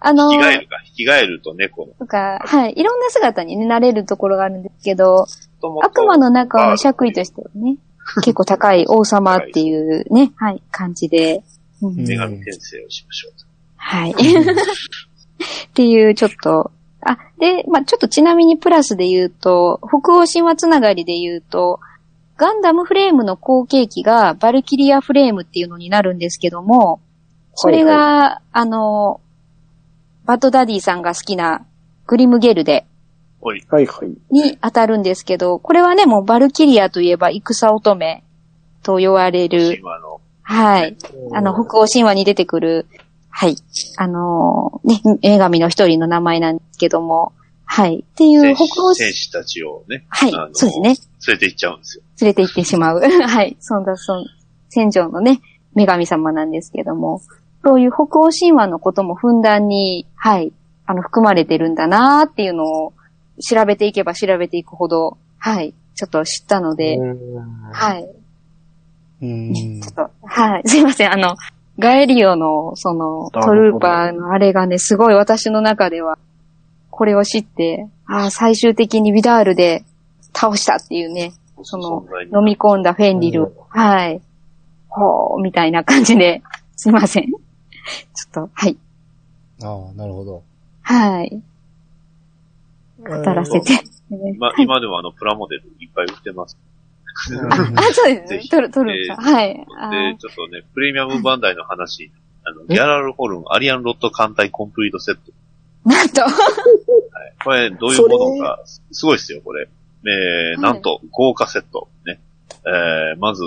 あ
ヒ
の、
ガエルか、ヒガエルと猫の。
とか、はい。いろんな姿にね、なれるところがあるんですけど、
元々
悪魔の中の爵位としてはね、結構高い王様っていうね、はい、感じで。うん
うん
女神転生をしましょう。
はい。っていう、ちょっと。あ、で、まあ、ちょっとちなみにプラスで言うと、北欧神話つながりで言うと、ガンダムフレームの後継機がバルキリアフレームっていうのになるんですけども、それが、
は
あの、バトダディさんが好きなグリムゲルデ
おい、
はいはい。
に当たるんですけど、これはね、もうバルキリアといえば戦乙女と言われる、
今の、
はい、あの、北欧神話に出てくる、はい。あのーね、女神の一人の名前なんですけども、はい。っていう、
戦
北欧、
士戦士たちをね、
はい
あの、
そうですね。
連れて行っちゃうんですよ。
連れて行ってしまう。 はい。そんな、そん、戦場のね、女神様なんですけども、そういう北欧神話のこともふんだんに、はい、あの、含まれてるんだなーっていうのを、調べていけば調べていくほど、はい、ちょっと知ったので、
は
はい。
うん
ちょっと、はい。 すいません。あの、ガエリオの、その、
なるほど
トルーパーのあれがね、すごい私の中では、これを知って、ああ、最終的にビダールで倒したっていうね、その
存在に
飲み込んだフェンリルを、はい。ほう、みたいな感じで、すいません。 ちょっと、はい。
ああ、なるほど。
はい。語らせて。
ま、今でもあの、プラモデルいっぱい売ってます。
うん
あ、そうです
ぜ
ね
ひ。
トル、トルーパー。はい。あ
で、ちょっとね、プレミアムバンダイの話、あの、ギャラルホルン、アリアンロット艦隊コンプリートセット。
ーなんと、
これ、どういうものか、すすごいですよ、これ。えー、
はい
なんと、豪華セット。ね。えー、まず、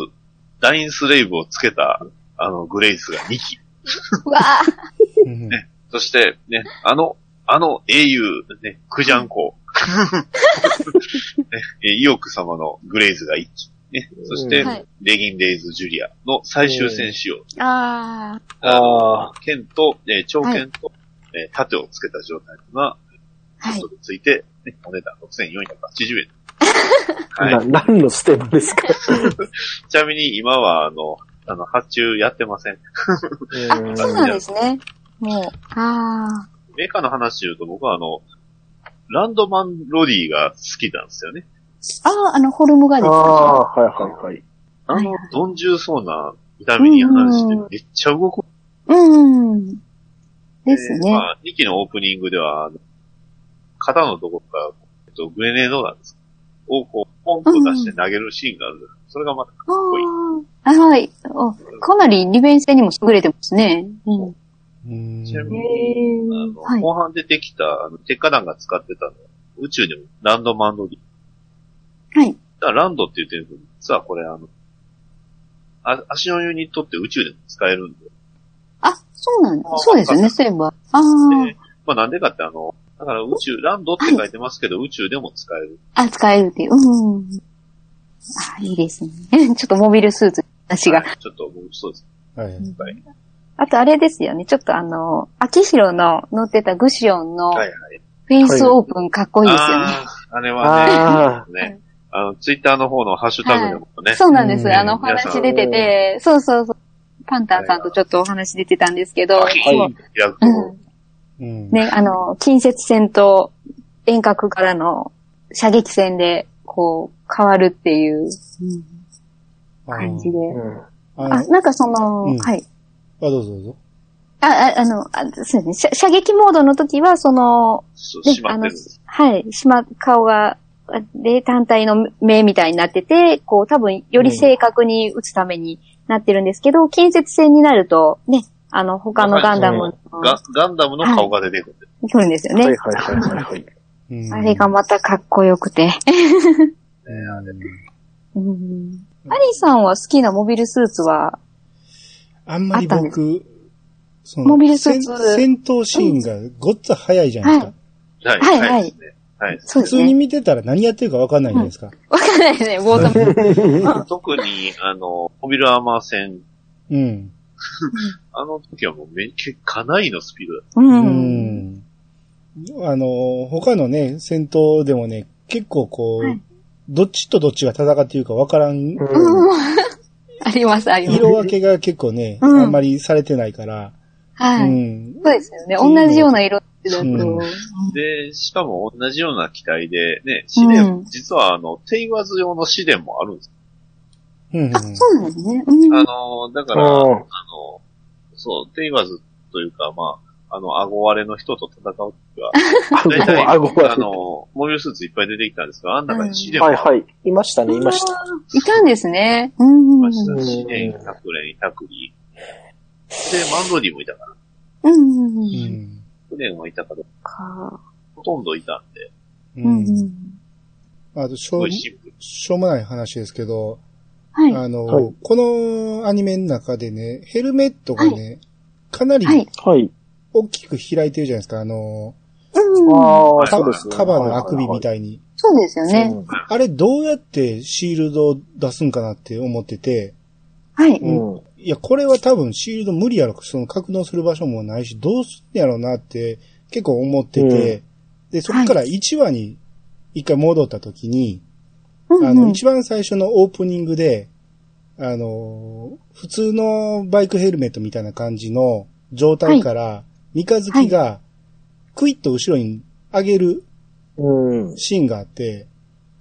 ダインスレイブをつけた、あの、グレイスが2機。
うわあ、
うん
そして、ね、あの、あの英雄、ね、クジャン 公。ねイオク様のグレイズが1機。ね、そして、
うん
はい
レギン・レイズ・ジュリアの最終戦士を
ああ、
あ
あ
の、剣と、えー長剣と、えー盾をつけた状態が、
はい
そ。れついて、ね、お値段6480円。
あ、
はい。
な何のステップですか
ちなみに今は、あの、あの、発注やってません。
あ、そうなんですね。もう、あ
メーカーの話で言うと、僕はあの、ランドマンロディが好きなんですよね。
あ。ああ、あの、フォルムが
あ
ですか
あ、はいはいはい。
あの、どんじゅうそうな見た目に話して
うん、
めっちゃ動くん
うん。です
で、
ね。
まあ、2期のオープニングでは、あの肩のところから、えっと、グレネードなんですをこう、ポンと出して投げるシーンがあるんです。それがまた、
あ
こいい
あーはいお。かなり利便性にも優れてますね。うん。
うん
ちなみにあの、
はい。
後半でできた、あの、鉄火弾が使ってたのは、宇宙でもランドマンドリー。
はい。
だからランドって言ってるけど、実はこれあの、あ足の湯にとって宇宙でも使えるんで。
あ、そうなんだ
あ。
そうですよね、そういえば。あ
でまあなんでかってあの、だから宇宙、ランドって書いてますけど、宇宙でも使える。
あ。あ、使えるっていう。うん。あ、いいですね。 ちょっとモビルスーツ、私が。
はいちょっと、僕そうです。
はい。
はい。
あとあれですよね。ちょっとあの、秋広の乗ってたグシオンの
はいはい。
フェイスオープンかっこいいですよね。
あーあれは
ああ、
ね、ね、あの、ツイッターの方のハッシュタグでもね、
そうなんです。
うん
あの、お話出てて、そうそうそう。パンタンさんとちょっとお話出てたんですけど、
はい
そ
やると
ううん
うん。
ね、あの、近接戦と遠隔からの射撃戦で、こう、変わるっていう
あ
感じで。
うん
あの
あ、なんかその、
うん
はい。
あ、どうぞどうぞ。
あ、ああのあ、そうですね射。射撃モードの時は、その、
そう
ね
閉まってるんです。
はい、しま、顔が、で、単体の目みたいになってて、こう、多分、より正確に撃つためになってるんですけど、近接戦になると、ね、あの、他のガンダムの、
ガガンダムの顔が出てくる。
来るんですよ
はい
ね。
はいはいはいはい。
うん
あれがまたかっこよくて。うんアリさんは好きなモビルスーツは、
あんまり
あったんで
僕、そ
モビルスーツ
戦戦闘シーンがごっつ早いじゃないですか。
はい、
はい
は
はい
で
い
すね。はい。
そう
普
です
通に
ね。
見てたら何やってるかわかんないじゃないですか。
わかんないですね、ボートも。
特に、あの、モビルアーマー戦、
うん。
あの時はもうめ、結かなりのスピードだっ
う。
うんん。あの、他のね、戦闘でもね、結構こう、
はい
どっちとどっちが戦っているかわからん。
うん。
あります、あります。
色分けが結構ね、
うん
あんまりされてないから。
は
う
い。
ん。
そうですよね。同じような色だと。
うん
で、しかも同じような機体で、ね、試練、
うん
実はあの、テイワズ用の試練もあるんです。
うん。
あ、そうなんですね。うん。
あ
は
の、だから、あ
あ
の、そう、テイワズというか、まあ、あの、顎割れの人と戦うときは、
あ、
大体、あ
顎が。
の、モビルスーツいっぱい出てきたんですが、あん中に試練もあ
はい
り
はい。いましたね、いました。
いたんですね。うん。う
ま
ん
した。
うん
試練、百練、百里。で、マンドリーもいたから、
うん。う。
うんん。
試練もいたから、
か。
ほとんどいたんで、
う
うん
ん。
うん。
あと、し
す
ょ
ご
う
い、シンプル。
しょうもない話ですけど、
はい。
あの、
はい
このアニメの中でね、ヘルメットがね、かなり
はい。
はい。
大きく開いてるじゃないですか、あの、
うん。
ああ、
い
カ
そう
バ
ですね。
カバーのあくびみたいに。
そうですよ
いはいはい
ね。
うん
あれどうやってシールドを出すんかなって思ってて、
はい。
うん。
いや、これは多分シールド無理やろ、その格納する場所もないし、どうすんやろうなって結構思ってて、で、そこから1話に一回戻った時に、
うん
あ
う
の、
ん。
一番最初のオープニングで、あのー、普通のバイクヘルメットみたいな感じの状態から、三日月が、クイッと後ろに上げる
うん。
シーンがあって、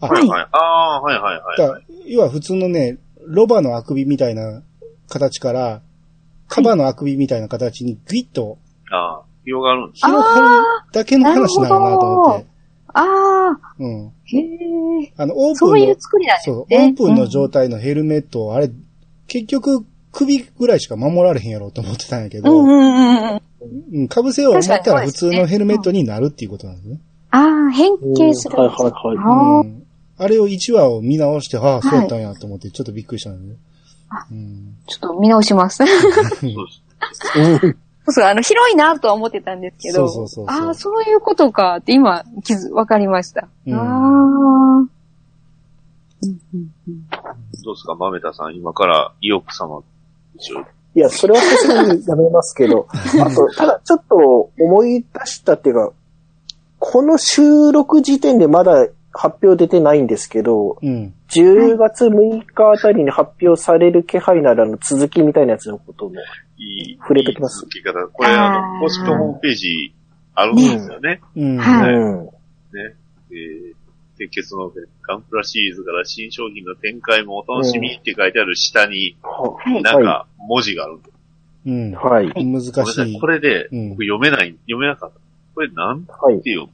あ、
はいいはい。ああー、はいはいはい。
だ要は普通のね、ロバのあくびみたいな形から、カバのあくびみたいな形にグイッと
ああ、広がるんです。
広がるだけの話なのなと思って。
ああ、
うん。
へえ。
あの、オープン
そうい
の
う、作りなんです
そ
ね
う、オ。ープンの状態のヘルメットを、あれ、結局、首ぐらいしか守られへんやろうと思ってたんやけ
うん
ど、
うんうんうん。
うん、かぶせよう思ったら普通のヘルメットになるっていうことなんですね。
ああ、変
うん
形する。
はいはいは
うん
うんあれを1話を見直して、ああ、そうやったんやと思って、ちょっとびっくりしたんでね。うん
ちょっと見直します。
そうです。
い。うん
そう、あの、広いなとは思ってたんですけど。
そうそうそうそう
ああ、そういうことかって今、気づ、わかりました。
うん
ああ。うんうんうん
どうですか、マメタさん、今から、意欲様でしょ。
いや、それはさすがにやめますけど、あと、ただちょっと思い出したっていうか、この収録時点でまだ発表出てないんですけど、
うん。
10月6日あたりに発表される気配ならの続きみたいなやつのことも。
いい、
触れときます
いい続き方。これ、あ
あー
の、公式ホームページ、あるんですよね。
うん。
はい
うん。
えー、鉄血のガンプラシリーズから新商品の展開もお楽しみって書いてある下に、
は
はい。
なんか、文字があるんです。
うん。
はい。は
難
い。
ごめんなさ
し
い
い
こ。れで、
うん
僕読めない、読めなかった。これ、なんて
はい。
読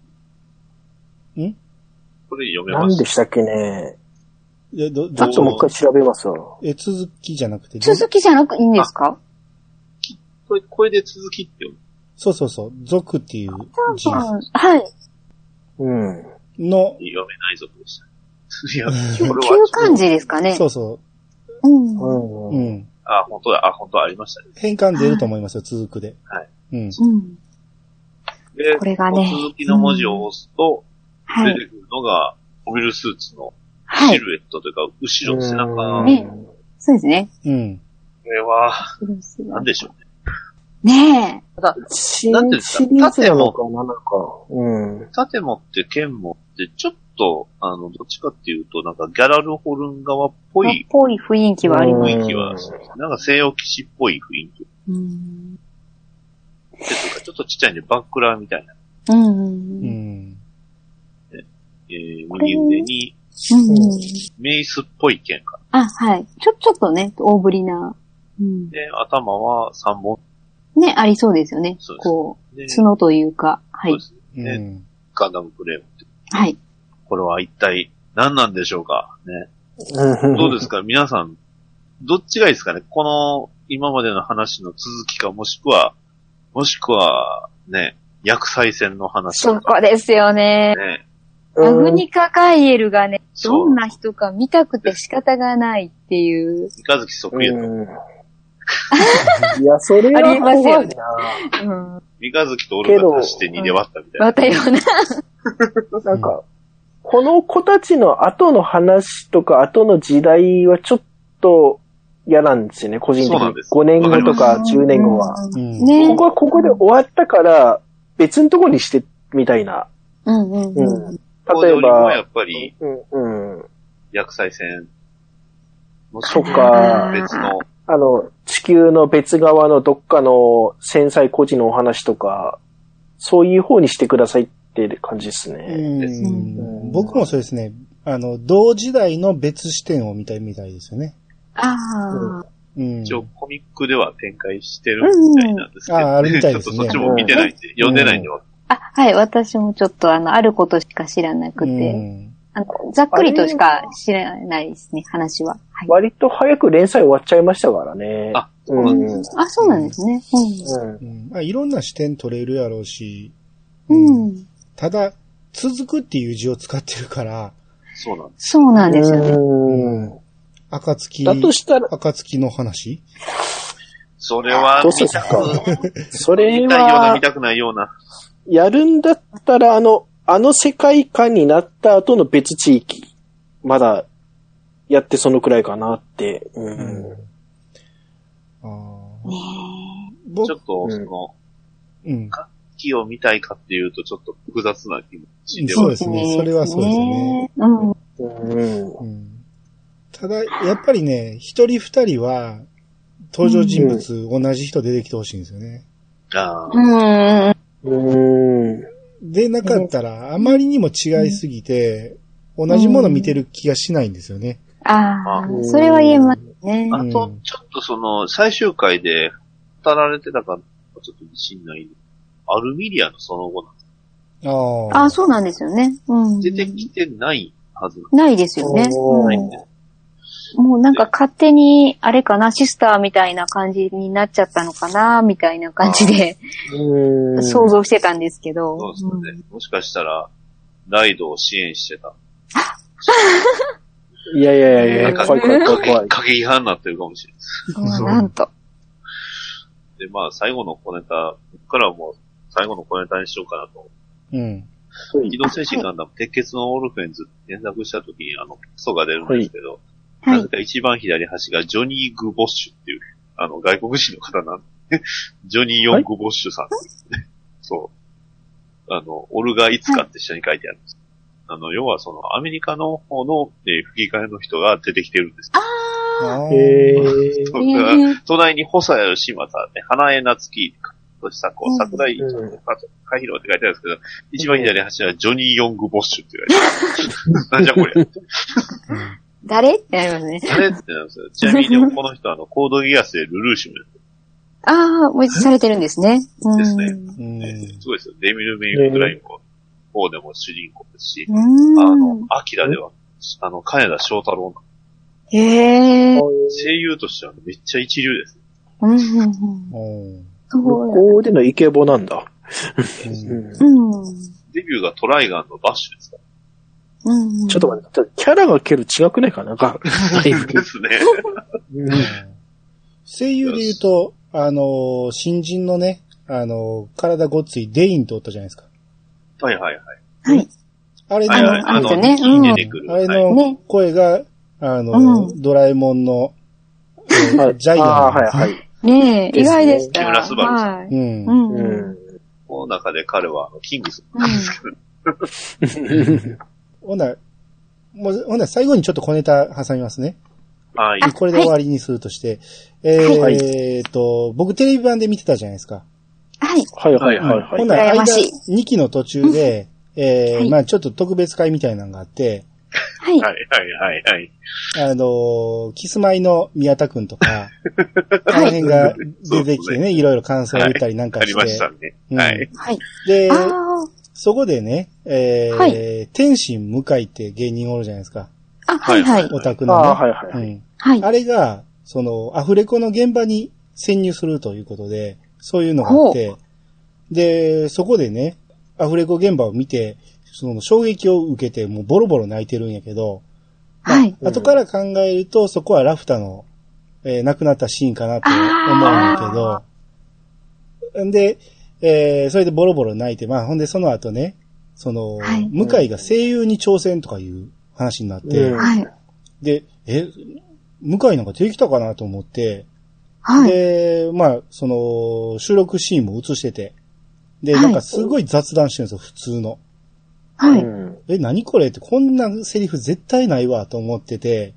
む
ん
これ読めま
何
し
で
た。
したっけね。
え、ど、
ちょ
ど
っともう一回調べますわ。
え、続きじゃなくて、ど
続きじゃなくいいんですか
これ、これで続きって読む。
そうそうそう、族っていう字
うんはい。
うん。
の、
読めないぞ、でした。 いや、
旧
これ
旧
は、
漢字ですかね。。
そうそう
うん
うん
う、
ん。
う
うん。
ん。
あ、本当だ、あ、本当ありましたね。
変換出ると思いますよ、続くで。
はい。
うん。
で、
これがね
続きの文字を押すと、
は
出
い。
てくるのが、モビルスーツの
は
シ
い。
ルエットというか、後ろ、背中。こ
ねそうですね。
うん。
れは、なんでしょうね。
ね
新
なんていうんですか
シリーズなのかな、なんか。うん。
盾持って剣持って、ちょっと、あの、どっちかっていうと、なんかギャラルホルン側っぽ
え。っ
い
ぽい雰囲気はあります。
雰囲気はします、なんか西洋騎士っぽい雰囲気。
うん。
なんかちょっとちっちゃいんで、バックラーみたいな。
うんう。
うんん。
えー、右腕に、
うん。
メイスっぽい剣が。
あ、はい。ちょ、ちょっとね、大ぶりな。うん。
で、頭は3本。
ね、ありそうですよね。
そうです
こ
で
う、角というか。は
そう
い
で。す
う
ね。
ん。
ガンダムクレームって。
はい。
これは一体何なんでしょうかね。ど
ど
うですか皆さん、どっちがいいですかねこの今までの話の続きか、もしくは、もしくは、ね、薬剤戦の話
そ
とか、
こですよね。
ね。
アグニカカイエルがね、
そ
ど
う。
んな人か見たくて仕方がないっていう。
三日月即位の。
いや、それは
ありますよ
怖い
ね
な。
うん。
三日月とオルが足して2で割ったみたいな。
またような。
なんか、この子たちの後の話とか、後の時代はちょっと嫌なんですよね、個人的
そうなんで
に。
す
5年後とか10年後は。
う
う
ん。
ん。
ね
ここはここで終わったから、別のところにして、みたいな。
うんうんうん。
例え
これよりもや
ば、
っぱり、
うん、うん。
薬剤戦の
そっか
別の、
あの、地球の別側のどっかの繊細孤児のお話とか、そういう方にしてくださいって感じですね。
うん僕もそうですね。あの、同時代の別視点を見たいみたいですよね。
ああ。
うん。
一応コミックでは展開してるみたいなんですけど、
うんあーあるみたいですね
ちょっとそっちも見てないんで、読んでないんでわか
あ、はい、私もちょっとあの、あることしか知らなくて、
うん
あの、ざっくりとしか知らないですね、話は。はい。
割と早く連載終わっちゃいましたからね。
あ
う。
そうなんん
う
あ、そうなんですね。
ん。
うんまあ、いろんな視点取れるやろうし、
うん。うん。
ただ、続くっていう字を使ってるから、
そうなんです。
そうなんですよね。
うん。
暁、
だとしたら、
暁の話
それは
どうする
見
ん
た
です
く、
かそれ
見たいような
は
見、たくないような。
やるんだったら、あの、あの世界観になった後の別地域、まだ、やってそのくらいかなって。うん。
あー
ね
ちょ
僕
っ、と、
うん
その、
うん。
木を見たいかっていうとちょっと複雑な気持ちで
そう
は
で。すねそれはそうですね。
うん。
うん。
うんただ、やっぱりね、一人二人は、登場人物、同じ人出てきてほしいんですよね。
あ
う
ー
ん。
うん。
でなかったら、あまりにも違いすぎて、同じもの見てる気がしないんですよね。
ああ、それは言えますね。
あと、ちょっとその、最終回で語られてたか、ちょっと自信ない。アルミリアのその後なんて
あ
あ
あ
あ、。そうなんですよね。うん。
出てきてないはず
ないですよね。
な
おー
うん
いんです。
もうなんか勝手に、あれかな、シスターみたいな感じになっちゃったのかな、みたいな感じで、
うん。
想像してたんですけ
そう
ど。
ですよね。もしかしたら、ライドを支援してた。
いやいやいや
ないんか、
や、怖い怖い怖い怖い。
影違反になってるかもしれない
うんまあなんと。
で、まあ、最後の小ネタ、こっからはもう、最後の小ネタにしようかなと。
うん。
機動戦士ガンダム、鉄血のオルフェンズ、検索した時に、あの、クソが出るんですけど、
は
ないぜ。か一番左端がジョニー・グボッシュっていう、あの、外国人の方なんで、ジョニー・ヨン・グボッシュさんですね。そう。あの、オルガ・イツカって下に書いてあるんです。あの、要はその、アメリカの方の、えー吹き替えの人が出てきてるんです。
あ
あ
へ
ー
ー
あ、
そう
え
だから
え
隣に細谷義正、ね、花江夏樹、そしてこう、桜井、
うん
あと、海広って書いてあるんですけど、一番左端はジョニー・ヨング・ボッシュって 言われてる。なんじゃこれ。
誰ってなりますね。
あれってなんですよ。ちなみにでもこの人はあの、コードギアスでルルーシュもやって
ああ、もうされてるんですね。うん。
ですね
う
るんで
ん
す。すごいですよ。デビル・メイク・ドラインも、方でも主人公ですし、あ
う
の
ん。、
アキラでは、あの、金田翔太郎の
へえ。
声優としてはめっちゃ一流です。
うんうんうん。
おー
そう
向
や
こうでのイケボなんだ。
うん
うん。
デビューがトライガンのバッシュですか
うん。
ちょっと待って、キャラがける違くないかなが、だいぶ
ら。ですね。
声優で言うと、あのー、新人のね、あのー、体ごっついデインとおったじゃないですか。
はいはいはい。
はい。
あれの、
はいはい。
あ
あの、
のあのね
木に出てくる。
あれ
はい
の
ね
声が、あのー、
う
ドラえもんの、えー
はい
ジャイ
あ
ア
あ、
ンなんですね。
はいはい。
ねえ、意外でした。
木村昴さ
はい。
うん
う。。
うんん。
この中で彼は、あのキングスなんですけど、
ほな、もう、ほな、最後にちょっと小ネタ挟みますね。
はい。
あ
これで終わりにするとして。えー
はい
えーと、僕テレビ版で見てたじゃないですか。
はい。
はいはいはい
ほ
は
な、
羨
間、
ましい
2期の途中で、えー
はい
まあちょっと特別会みたいなのがあって、
はい。
はいはいはいはい。
あのーキスマイの宮田くんとか、あの辺が出てきてね、いろいろ感想を言ったりなん
あ
か
り
して。
ましたね。
うん
はい。
はい。
で
あ、あ。
そこでね、えー
は
天心向井って芸人おるじゃないですか。
あ、はいはい。
オタク
い。ああ、
のね。
はいはいはい。
うん
はい。
あれが、その、アフレコの現場に潜入するということで、そういうのがあって、で、そこでね、アフレコ現場を見て、その衝撃を受けて、もうボロボロ泣いてるんやけど、
はい。
うん
後から考えると、そこはラフタの、えー亡くなったシーンかなと思うんだけど、んで、えーそれでボロボロ泣いて、まあ、ほんでその後ね、その、
はい
向井が声優に挑戦とかいう話になって、
うん
はい。
で、え、向井なんかできたかなと思って、
はい。
で、まあ、その、収録シーンも映してて、で、
はい
なんかすごい雑談してるんですよ、普通の。
は
う
い。
ん
え、何これって、こんなセリフ絶対ないわと思ってて、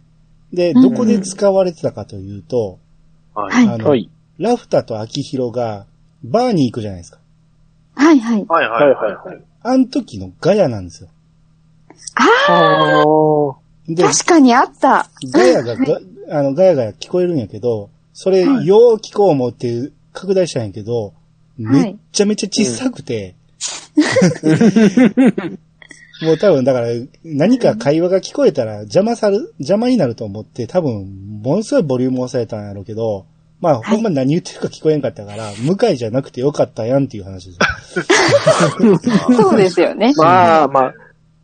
で、どこで使われてたかというと、
はい。
あの、
はい。
ラフタと秋広がバーに行くじゃないですか。
はいはい。
はいはいはいはい。
い。
あの時のガヤなんですよ。
あー
で、
確かにあった。
ガヤがが、あの、ガヤガヤ聞こえるんやけど、それ、よう聞こう思って拡大したんやけど、
はい
めっちゃめちゃ小さく て、もう多分だから、何か会話が聞こえたら邪魔さる、邪魔になると思って、多分、ものすごいボリュームを抑えたんやろうけど、まあ、ほんま何言ってるか聞こえんかったから、向かいじゃなくてよかったやんっていう話ですよ。
そうですよね。
まあまあ、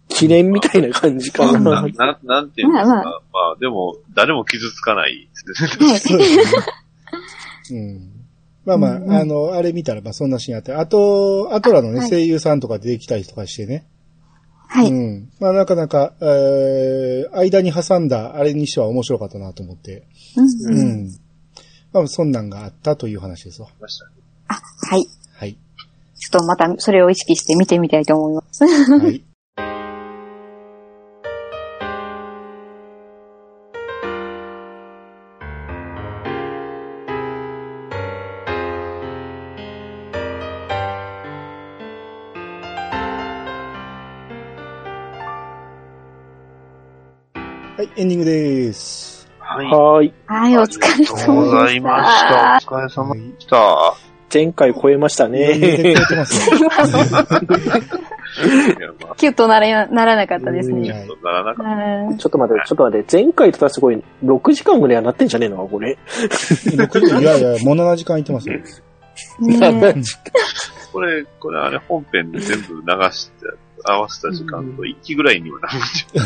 記念みたいな感じか
な
な。
ななんていうんですか。
ま
ま
あ
あ
ま
まあ、でも、誰も傷つかないですね。
そうですね。うん。まあまあ、
うんうん
あの、あれ見たら、まあそんなシーンあって、あと、アトラのね、
はい
声優さんとか出てきたりとかしてね。
は
う
い。
ん。まあなかなか、えー、間に挟んだあれにしては面白かったなと思って。
うん
うん。まあそんなんがあったという話ですわ。
ましたね
あ、はい。ち
はい。
ょっとまたそれを意識して見てみたいと思います。
はい。はい、エンディングです。
はい。
はい。
はい、お疲れ様でした。
ありがとうございました。お疲れ様でした。
前回超えました
全
ね。
然超えてますよ。
いや、まあ、
キュッとならならなかったです
うん
ね。
はい
そうならなかっ
うん
ちょっと待って、ちょっと待って、前回とかすごい6時間ぐらいはなってんじゃねえのこれ。
60いやいや、もう7時間いってますよ。
ね
た。これ、これあれ本編で全部流して、合わせた時間と1期ぐらいにはなるんちゃう。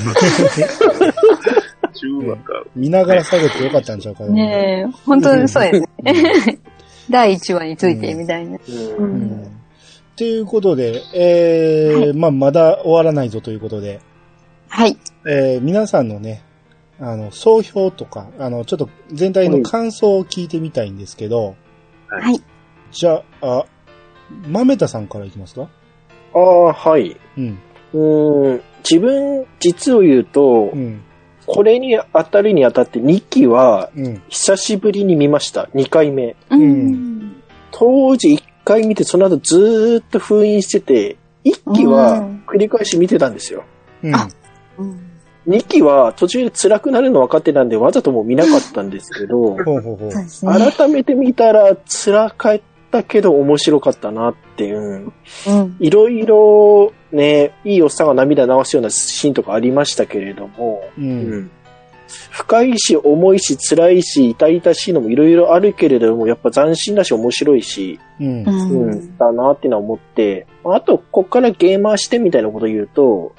10話か。
見ながら下げてよかったんちゃうか
え
な。
ねえ、本当にそうですね。第1話についてみたいな。
う
うん
ん
ということで、えーまあ、まだ終わらないぞということで、
はい。
えー皆さんのね、あの、総評とか、あの、ちょっと全体の感想を聞いてみたいんですけど、
はい
はい。
じゃあ、豆田さんからいきますか
ああ、はい。
うん。
うーん。自分、実を言うと
う、ん。
これに当たるに当たって2期は、
うん。
久しぶりに見ました。2回目。
うん。
当時1回見て、その後ずーっと封印してて、1期
う
は
ん
繰り返し見てたんですよ。
うん。
あうん
2期は途中で辛くなるの分かってたんで、わざともう見なかったんですけど、
ほうほうほう
そう。ですね。
改めて見たら辛かったけど面白かったなっていう。
うん。
いろいろね、いいおっさんが涙流すようなシーンとかありましたけれども、
う。
うんん深いし、重いし、辛いし、痛々しいのもいろいろあるけれども、やっぱ斬新だし、面白いし、
うん。
う
うん
ん、だなっていうのは思って、あと、こっからゲーマーしてみたいなこと言うと、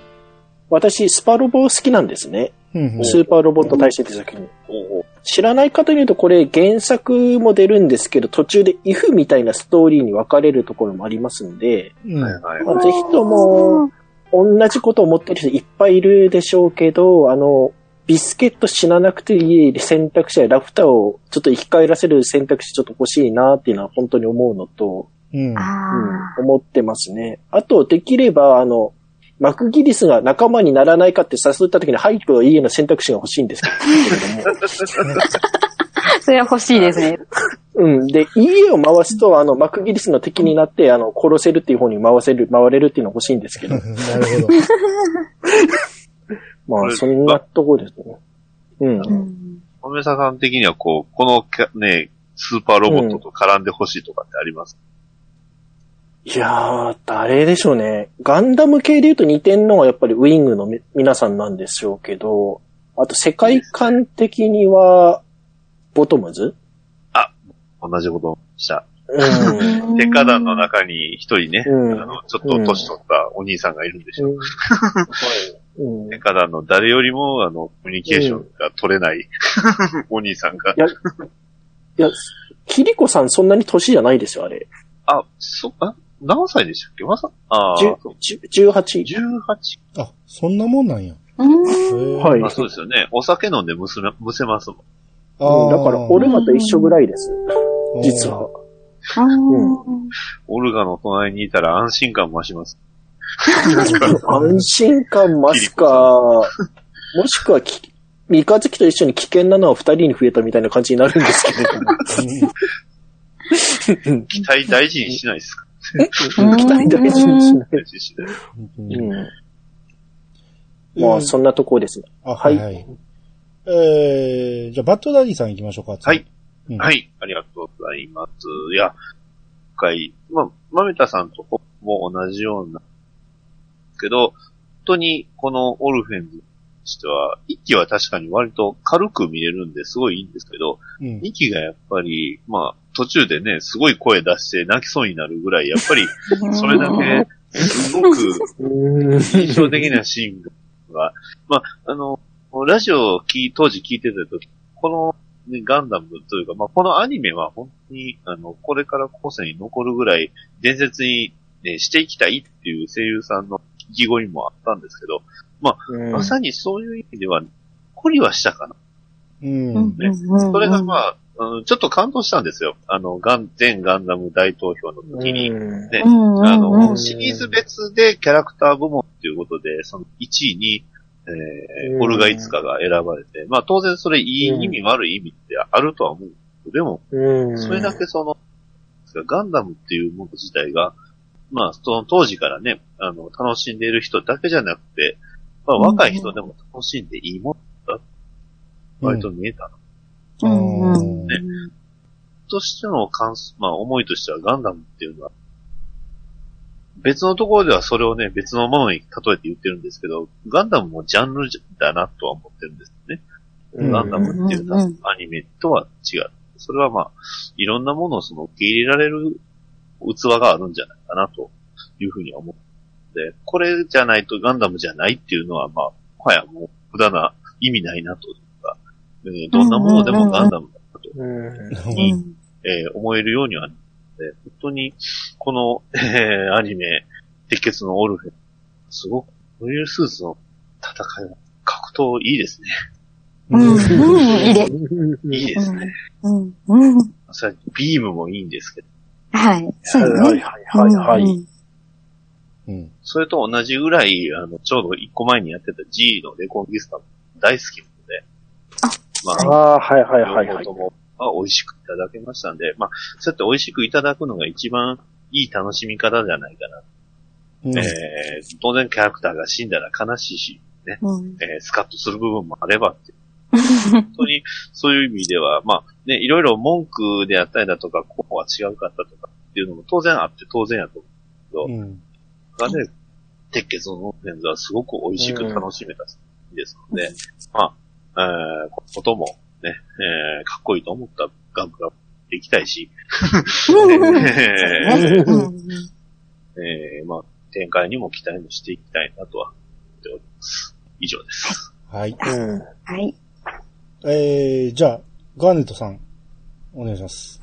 私、スパロボ好きなんですね。
うん。
スーパーロボット大戦って作品。
おお
知らない方に言うと、これ原作も出るんですけど、途中で if みたいなストーリーに分かれるところもありますんで、
うん。
はいはい。
まあ、ぜひとも、同じことを思ってる人いっぱいいるでしょうけど、あの、ビスケット死ななくていい選択肢やラフターをちょっと生き返らせる選択肢ちょっと欲しいなっていうのは本当に思うのと、
うん。
あ
うん、思ってますね。あと、できれば、あの、マクギリスが仲間にならないかって誘った時に、はいといいの選択肢が欲しいんですけ れども。
あ、それは欲しいですね。
うん。で、家を回すと、あの、マクギリスの敵になって、あの、殺せるっていう方に回せる、回れるっていうのが欲しいんですけど
な。るほど。
まあ、そんなとこですね。うん。
うん
おめささん的にはこう、このキャね、スーパーロボットと絡んでほしいとかってあります、
いやー、誰でしょうね。ガンダム系で言うと似てんのはやっぱりウィングのみ皆さんなんでしょうけど、あと世界観的には、ボトム ズ
同じことをした。
うん。
鉄火団の中に一人ね、
うん
あの、ちょっと年取ったお兄さんがいるんでしょ。
うん
鉄火団の誰よりも、あの、コミュニケーションが取れない、 お兄さんが
い。や、いや、キリコさんそんなに年じゃないですよ、あれ。
あ、そ、あ、何歳でしたっけまさ、ああ、
じゅ
そう
じゅ18。
18。
あ、そんなもんなんや。
うん
は
はい
あ、そうですよね。お酒飲んでむせ、むせますもん。
うんだから、オルマと一緒ぐらいです、実は。
あー
オルガの隣にいたら安心感増します。
安心感増すか、 もしくはき、三日月と一緒に危険なのは二人に増えたみたいな感じになるんですけれども。
期待大事にしないですか
うん
期待大事にしない。
大事にしない。
うん
うん。まあ、そんなとこですね。
あ、は
はい
い、はい。えー、じゃあ、バッドダディさん行きましょうか。
はい。
うん
はい、ありがとうございます。いや、今回、まあ、まめたさんとほぼ同じような、けど、本当にこのオルフェンズにしては、一期は確かに割と軽く見れるんですごいいいんですけど、
うん。
二期がやっぱり、まあ、途中でね、すごい声出して泣きそうになるぐらい、やっぱり、それだけ、すごく、
うん。
印象的なシーンが、まあ、あの、ラジオを聞い当時聞いてた時、この、ね、ガンダムというか、まあ、このアニメは本当に、あの、これから後世に残るぐらい伝説に、ね、していきたいっていう声優さんの意気込みもあったんですけど、まさにそういう意味では、懲りはしたかな。
うん。
そ
そ
れがまあ、うんちょっと感動したんですよ。あの、ガン、全ガンダム大投票の時に、
うん
ねあ
あ
の、シリーズ別でキャラクター部門ということで、その1位に、えー、
うん
オルガイツカが選ばれて、まあ当然それいい意味悪い意味ってあるとは思うけど。でも、
うん
それだけその、ガンダムっていうもの自体が、まあその当時からね、あの、楽しんでいる人だけじゃなくて、まあ若い人でも楽しんでいいものだって割と見えたの。
うん
としての感想、まあ思いとしてはガンダムっていうのは、別のところではそれをね、別のものに例えて言ってるんですけど、ガンダムもジャンルだなとは思ってるんですね。
うん
ガンダムっていうの
うん
は
うんうん
アニメとは違う。それはまあ、いろんなものをその受け入れられる器があるんじゃないかなというふうには思って、これじゃないとガンダムじゃないっていうのはまあ、もはやもう無駄な意味ないなというか、えーどんなものでもガンダムだなと
うん
に、えー思えるようにはなって、本当に、この、えーアニメ、鉄血のオルフェン、すごく、こういうスーツの戦いは、格闘いいですね。
うん、うん、いいで。
いいですすね。
うん、うん。
さっきビームもいいんですけど、
はい。そう
は
よ
い
ね。
はいはいは
うん
い。
うん。
それと同じぐらい、あの、ちょうど一個前にやってた G のレコンギスタも大好きなので、ま
ああ、はいはいはい
両
は
方
い
と。も、まあ、美味しくいただけましたんで、まあ、そうやって美味しくいただくのが一番いい楽しみ方じゃないかな。
うん
えー当然キャラクターが死んだら悲しいし、ね、
うん
えースカッとする部分もあればっていう。本当に、そういう意味では、まあ、ね、いろいろ文句であったりだとか、こうは違うかったとかっていうのも当然あって当然やと思
うん。
うがね、鉄血のレンズはすごく美味しく楽しめたですので、まあ、えー、こともね、えー、かっこいいと思ったガンプができたい し、えー
うん
えーまあ、展開にも期待もしていきたいなとは思っております。以上です。
はい。
うん
はい。
えー、じゃあ、ガーネットさん、お願いします。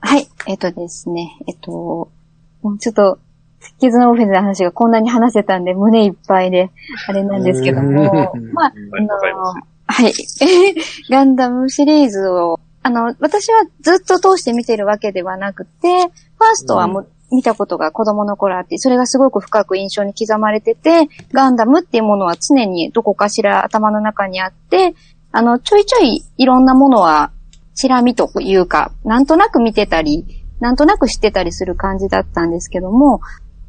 はい。えっとですね。えっと、もうちょっと、キズのオフェンスの話がこんなに話せたんで、胸いっぱいで、あれなんですけども
う、ん
ま
は
あ、
い、わかります。
はい。 ガンダムシリーズを、あの、私はずっと通して見てるわけではなくて、ファーストはもう見たことが子供の頃あって、それがすごく深く印象に刻まれてて、ガンダムっていうものは常にどこかしら頭の中にあって、あの、ちょいちょいいろんなものは、チラ見というか、なんとなく見てたり、なんとなく知ってたりする感じだったんですけども、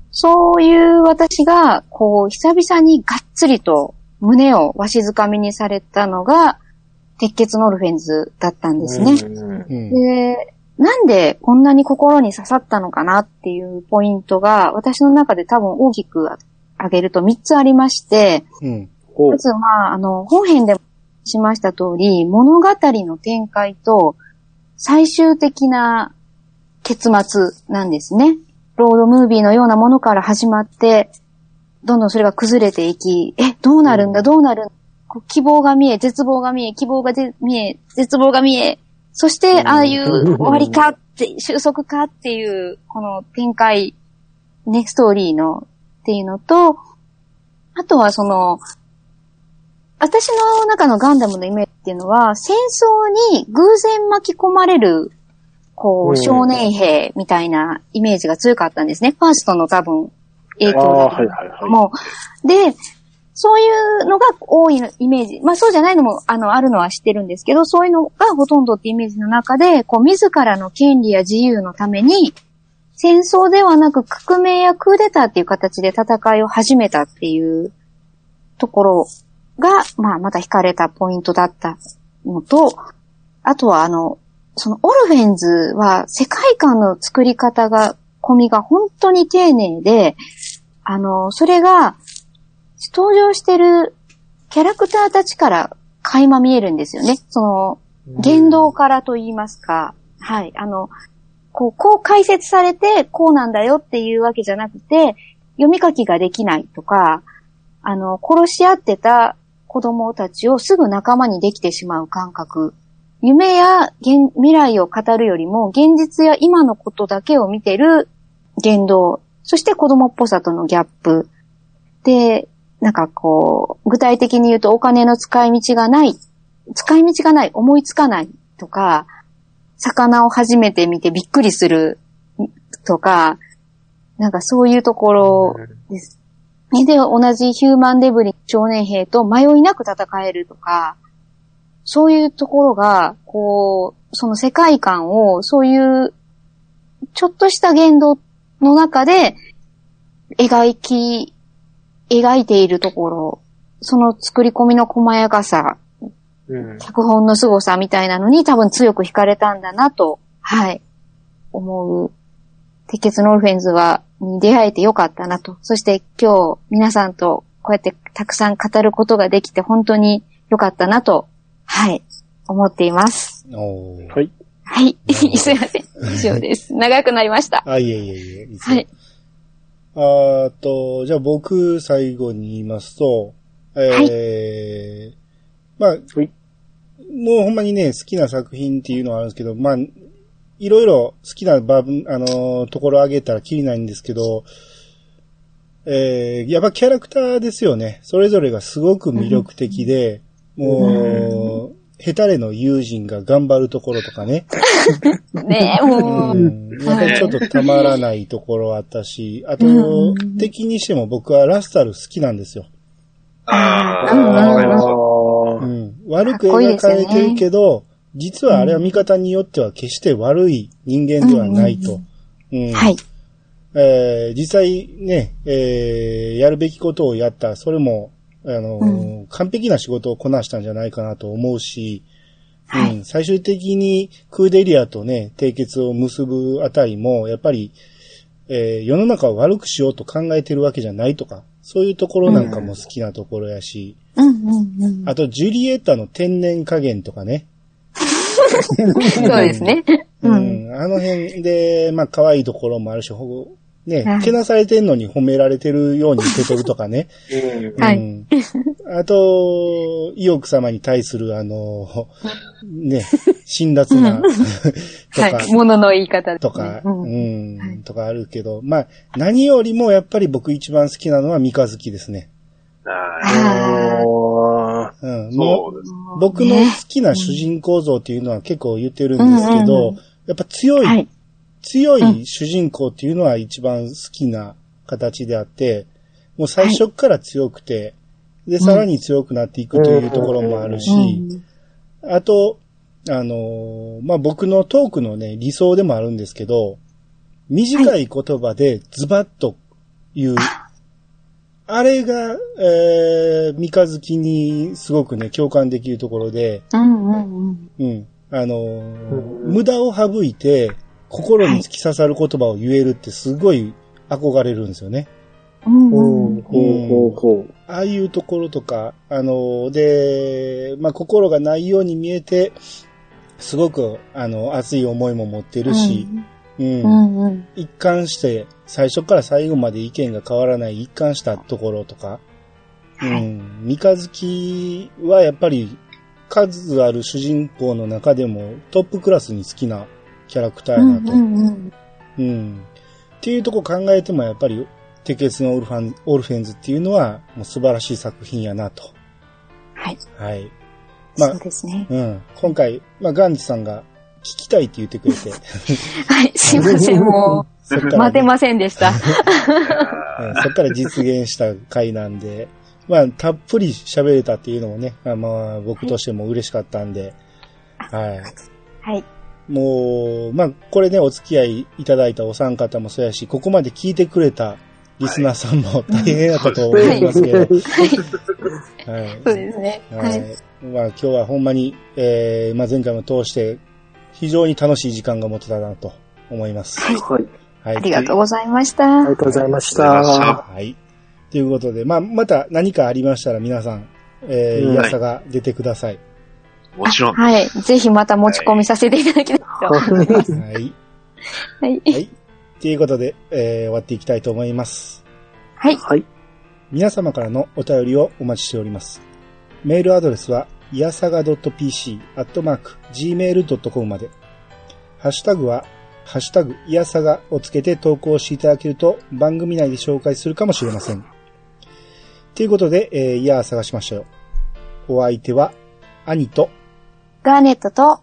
そういう私が、こう、久々にがっつりと胸をわしづかみにされたのが、鉄血ノルフェンズだったんですね。
うん
うん。
で、なんでこんなに心に刺さったのかなっていうポイントが、私の中で多分大きく挙げると3つありまして、
うん。
ほう
まずは、あの、本編でもしました通り、物語の展開と最終的な結末なんですね。ロードムービーのようなものから始まって、どんどんそれが崩れていき、え、どうなるんだ、どうなるんだこう希望が見え、絶望が見え、希望がぜ見え、絶望が見え、そして、
うん
ああいう終わりかって、収束かっていう、この展開、ね、ストーリーのっていうのと、あとはその、私の中のガンダムのイメージっていうのは、戦争に偶然巻き込まれる、こ
う
う、
ん
少年兵みたいなイメージが強かったんですね。ファーストの多分、影響
あ
だ
あ、
と
はいはいはい。
もう。で、そういうのが多いイメージ。まあそうじゃないのも、あの、あるのは知ってるんですけど、そういうのがほとんどってイメージの中で、こう、自らの権利や自由のために、戦争ではなく革命やクーデターっていう形で戦いを始めたっていうところが、まあまた惹かれたポイントだったのと、あとはあの、そのオルフェンズは世界観の作り方が、込みが本当に丁寧で、あの、それが、登場してるキャラクターたちから垣間見えるんですよね。その、言動からと言いますか、はい、あの、こう、こう解説されて、こうなんだよっていうわけじゃなくて、読み書きができないとか、あの、殺し合ってた子供たちをすぐ仲間にできてしまう感覚。夢や現未来を語るよりも、現実や今のことだけを見てる言動、そして子供っぽさとのギャップ。で、なんかこう、具体的に言うとお金の使い道がない、使い道がない、思いつかないとか、魚を初めて見てびっくりするとか、なんかそういうところです。で、同じヒューマンデブリ少年兵と迷いなく戦えるとか、そういうところが、こう、その世界観を、そういう、ちょっとした言動の中で、描き、描いているところ、その作り込みの細やかさ、
うん。
脚本の凄さみたいなのに多分強く惹かれたんだなと、はい、思う。鉄血のオルフェンズは、に出会えてよかったなと。そして今日皆さんとこうやってたくさん語ることができて本当によかったなと、はい、思っています。
おー
はい。
はい
なるほ、ど
すいません。以上です。長くなりました。
あ、いえいえいえ。いつも
はい。
あーっと、じゃあ僕、最後に言いますと、えーまあ
い、
もうほんまにね、好きな作品っていうのはあるんですけど、まあ、いろいろ好きなバブ、あのーところあげたらきりないんですけど、えー、やっぱキャラクターですよね。それぞれがすごく魅力的で、もう、ヘタレの友人が頑張るところとかね。
ね え、も
う
う。
んやっぱりちょっとたまらないところあったし、あと
う、
敵にしても僕はラスタル好きなんですよ。
ああ、
うん
わかり
あ
ます。
う
あ。
ん、悪く描かれてるけど、実はあれは見方によっては決して悪い人間ではないと。うん
はい。
えー実際ね、えーやるべきことをやった、それも、あのー完璧な仕事をこなしたんじゃないかなと思うし、
は
う
い。
ん、最終的にクーデリアとね、締結を結ぶあたりも、やっぱり、えー世の中を悪くしようと考えてるわけじゃないとか、そういうところなんかも好きなところやし、
うんうんうん。
あとジュリエッタの天然加減とかね、
そうですね。う。
うんん、あの辺で、まあ可愛いところもあるし、ほぼ、
は
ね
い、
けなされてんのに褒められてるように受け取るとかね、
う ん。
はい
うん。あと、意欲様に対するあの、ね、辛辣な、
うん
とか、
はい。ものの言い方です
とか、
ねうん
うん、
はい
とかあるけど、まあ、何よりもやっぱり僕一番好きなのは三日月ですね。
あ
あ
あ
うん、
ー
も
そうです。
ー
う、僕の
ね
好きな主人公像っていうのは結構言ってるんですけど、
うんうん
やっぱ強い、
はい。
強い主人公っていうのは一番好きな形であって、もう最初から強くて、で、さらに強くなっていくというところもあるし、
うん
あと、あのーまあ、僕のトークのね、理想でもあるんですけど、短い言葉でズバッと言う。あれが、えー、三日月にすごくね、共感できるところで、
うんうんうん。
うん。あのー
うん
無駄を省いて、心に突き刺さる言葉を言えるってすごい憧れるんですよね。
うん
あ。
うん
ほうほうほう。
ああいうところとか、あの、で、まあ、心がないように見えて、すごく、あの、熱い思いも持ってるし、うん、
うんうん。
一貫して、最初から最後まで意見が変わらない一貫したところとか、う
はい。
ん、三日月はやっぱり、数ある主人公の中でもトップクラスに好きなキャラクター
う
や
ん
なと。
うんうん。
うん。っていうとこ考えてもやっぱり、鉄血のオルファン、オルフェンズっていうのは、もう素晴らしい作品やなと。
はい。
はい。まあ
そうですね。
うん。今回、まあ、ガンジさんが聞きたいって言ってくれ て。
はい、すいません、も
そっか
う、
ら
待て
ね、
ませんでした。
うんそっから実現した回なんで、 まあ、たっぷり喋れたっていうのもね、まあまあ、僕としても嬉しかったんで、はい。
はい。
もう、まあ、これね、お付き合いいただいたお三方もそうやし、ここまで聞いてくれたリスナーさんも大変だったと思いますけど、はい。
そうですね。
は
はいい。。
まあ、今日はほんまに、えー、まあ、前回も通して、非常に楽しい時間が持てたなと思います。
はい。
はい。
ありがとうございました
あり。がとうございまし
ありがとうございま
た
し。
はい。ということで、まあ、また何かありましたら皆さん、え
う
ー、
ん
いやさが出てください。
もちろん。
はい。ぜひまた持ち込みさせていただきたいと。
はい。
はい。
はい。ということで、えー、終わっていきたいと思います。
はい。
はい。
皆様からのお便りをお待ちしております。メールアドレスは、いやさが .pc、アットマーク、gmail.com まで。ハッシュタグは、ハッシュタグ、いやさがをつけて投稿していただけると、番組内で紹介するかもしれません。ということで、えー、いやあ探しましたよ。お相手は、兄と、
ガーネットと、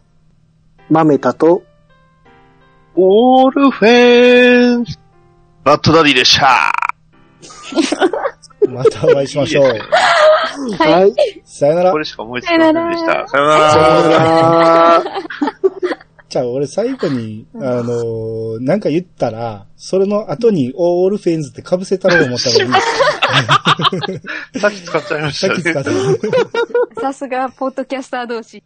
豆田と、
オールフェンスバッドダディでした
またお会いしましょう。
はい
はい。
さよなら
こ。れしか思いつきませんでした。さよなら
さよなら。
じゃあ、俺最後に、あのーなんか言ったら、それの後に、オールフェンズって被せたろう思ったのに、
さっき使っちゃいまし
さ
た
っき使
ね
っ。た。
さすが、ポッドキャスター同士。